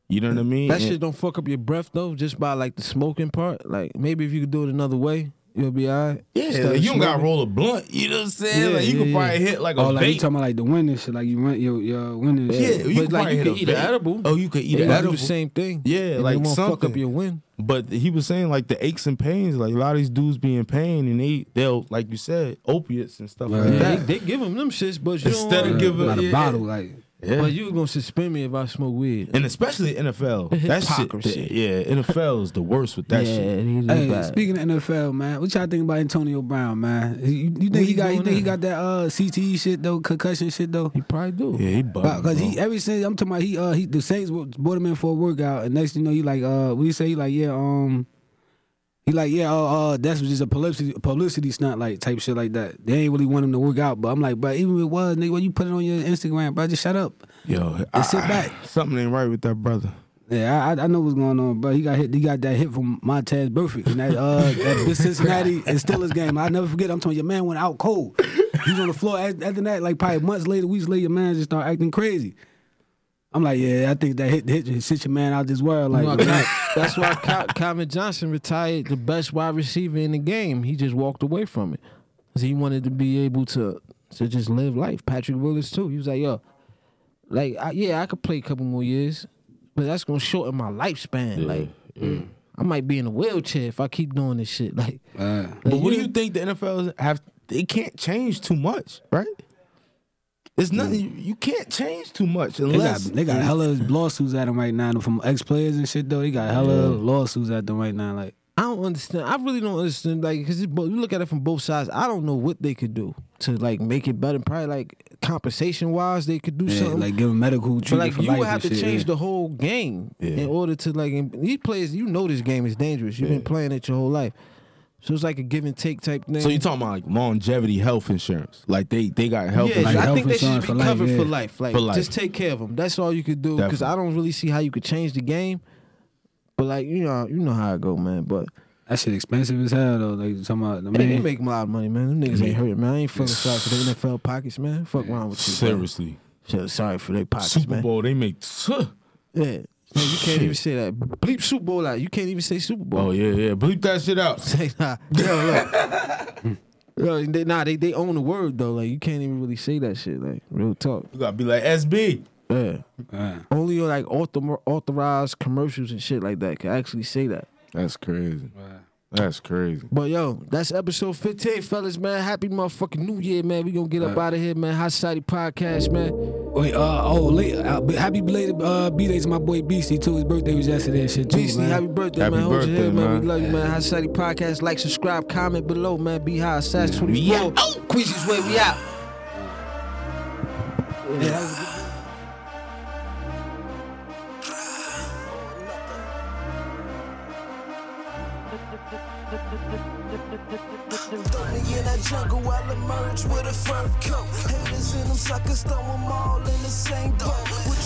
You know what I mean?
that
And-
shit don't fuck up your breath though, just by like the smoking part. Like maybe if you could do it another way, you'll be alright.
yeah,
Instead
like,
of
you don't gotta
smoking.
roll a blunt. You know what I'm saying?
Yeah,
like you
yeah,
can
yeah.
probably hit like a
Oh, like you
vape.
talking about like the wind and shit. Like you run your your wind and
yeah,
shit.
you
But
could
like
probably
you
hit
could
a
eat an
vape.
edible.
Oh, you could eat
They
an
gonna do
edible.
the same thing.
Yeah,
And it
like
won't fuck up
something.
your win.
But he was saying like the aches and pains, like a lot of these dudes be in pain and they they'll like you said opiates and stuff like
Yeah,
that.
they, they give him them shits, but you
Instead
don't uh,
of giving-
By the
yeah.
bottle, like
Yeah.
But you were gonna suspend me if I smoke weed.
And especially NFL,
The
that shit.
hypocrisy.
the- yeah, NFL is the worst with that
yeah,
shit.
these are
Hey,
bad.
speaking of NFL, man, what y'all think about Antonio Brown, man? You, you think
he
he got? You
doing
think he
now?
got that uh, CTE shit though, concussion shit though?
he probably do.
Yeah, he bugged.
Because he ever since I'm talking about he uh he the Saints wo- brought him in for a workout, and next thing you know he like uh what he say he like yeah um he like yeah uh, uh that's just a publicity publicity stunt like type shit like that. They ain't really want him to work out, but I'm like but even if it was nigga, when you put it on your Instagram, bro, just shut up.
yo,
And sit back.
Something ain't right with that brother.
Yeah, I, I- I know what's going on, bro. He got hit. He got that hit from Montez Burfict in that
(laughs)
uh that big Cincinnati and Steelers game. I never forget. I'm telling you, your man went out cold. He was on the floor after, after that. Like probably months later, weeks later, your man just started acting crazy. I'm like, yeah, I think that hit hit just sent your man out this world.
You know,
Like,
Cal- that's why Cal- Calvin Johnson retired the best wide receiver in the game. He just walked away from it because he wanted to be able to to just live life. Patrick Willis too. He was like, yo, like I, yeah, I could play a couple more years, but that's gonna shorten my lifespan. Like I might be in a wheelchair if I keep doing this shit. Like, like,
But what do you think the NFL have? They can't change too much, right? It's nothing. You, you can't change too much
they got
unless
they got hella lawsuits at him right now from ex players and shit. Though they got hella lawsuits at them right now. Like,
I don't understand. I really don't understand. Like, because you look at it from both sides. I don't know what they could do to like make it better. Probably like compensation wise, they could do
yeah,
something.
like give him medical
but
treatment
like
for
you
life
would
and
have to
shit,
change
yeah.
the whole game in order to like and these players. You know this game is dangerous. You've been playing it your whole life, so it's like a give and take type thing.
So you talking about like longevity health insurance? Like they they got health
yeah,
insurance.
I
health
think they should
insurance
be
for life,
covered
yeah.
for life. Like,
For life.
just take care of them. That's all you could do. Because I
Definitely.
don't really see how you could change the game. But like you know, you know how it go, man. But
That shit expensive as hell though. Like, you talking about the
Hey,
man.
they make a lot of money, man. Them niggas ain't hurting, man. I ain't feeling sorry for the NFL pockets, man. Fuck wrong with you.
Seriously,
Man. Shit, Sorry for their pockets,
Super
man.
Bowl they make.
Yeah. Man, you can't even say that. Bleep Super Bowl out. You can't even say (laughs) Super Bowl.
Oh yeah, yeah. Bleep that shit out. (laughs)
Say nah. Yo, look. No, they, nah, they they own the word though. Like you can't even really say that shit. Like real talk.
You gotta be like SB.
Yeah. Only like author, authorized commercials and shit like that can actually say that.
That's crazy. That's crazy.
But yo, that's episode 15, fellas, man. Happy motherfucking New Year, man. We gonna get up out of here, man. Hot Society Podcast, man.
Wait, uh, oh, late, uh, b- happy belated uh, B Day to my boy BC too. His birthday was yesterday and shit too.
Beasley,
man.
happy birthday,
Happy
man. Hold your head,
birthday,
man. We
man.
love you, man. Hot Society Podcast. Like, subscribe, comment below, man. Be high, Sass 24. Queasy's way, we out.
Throw me in that jungle, I'll emerge with a fur coat. Haters in them suckers, throw them all in the same boat. Would you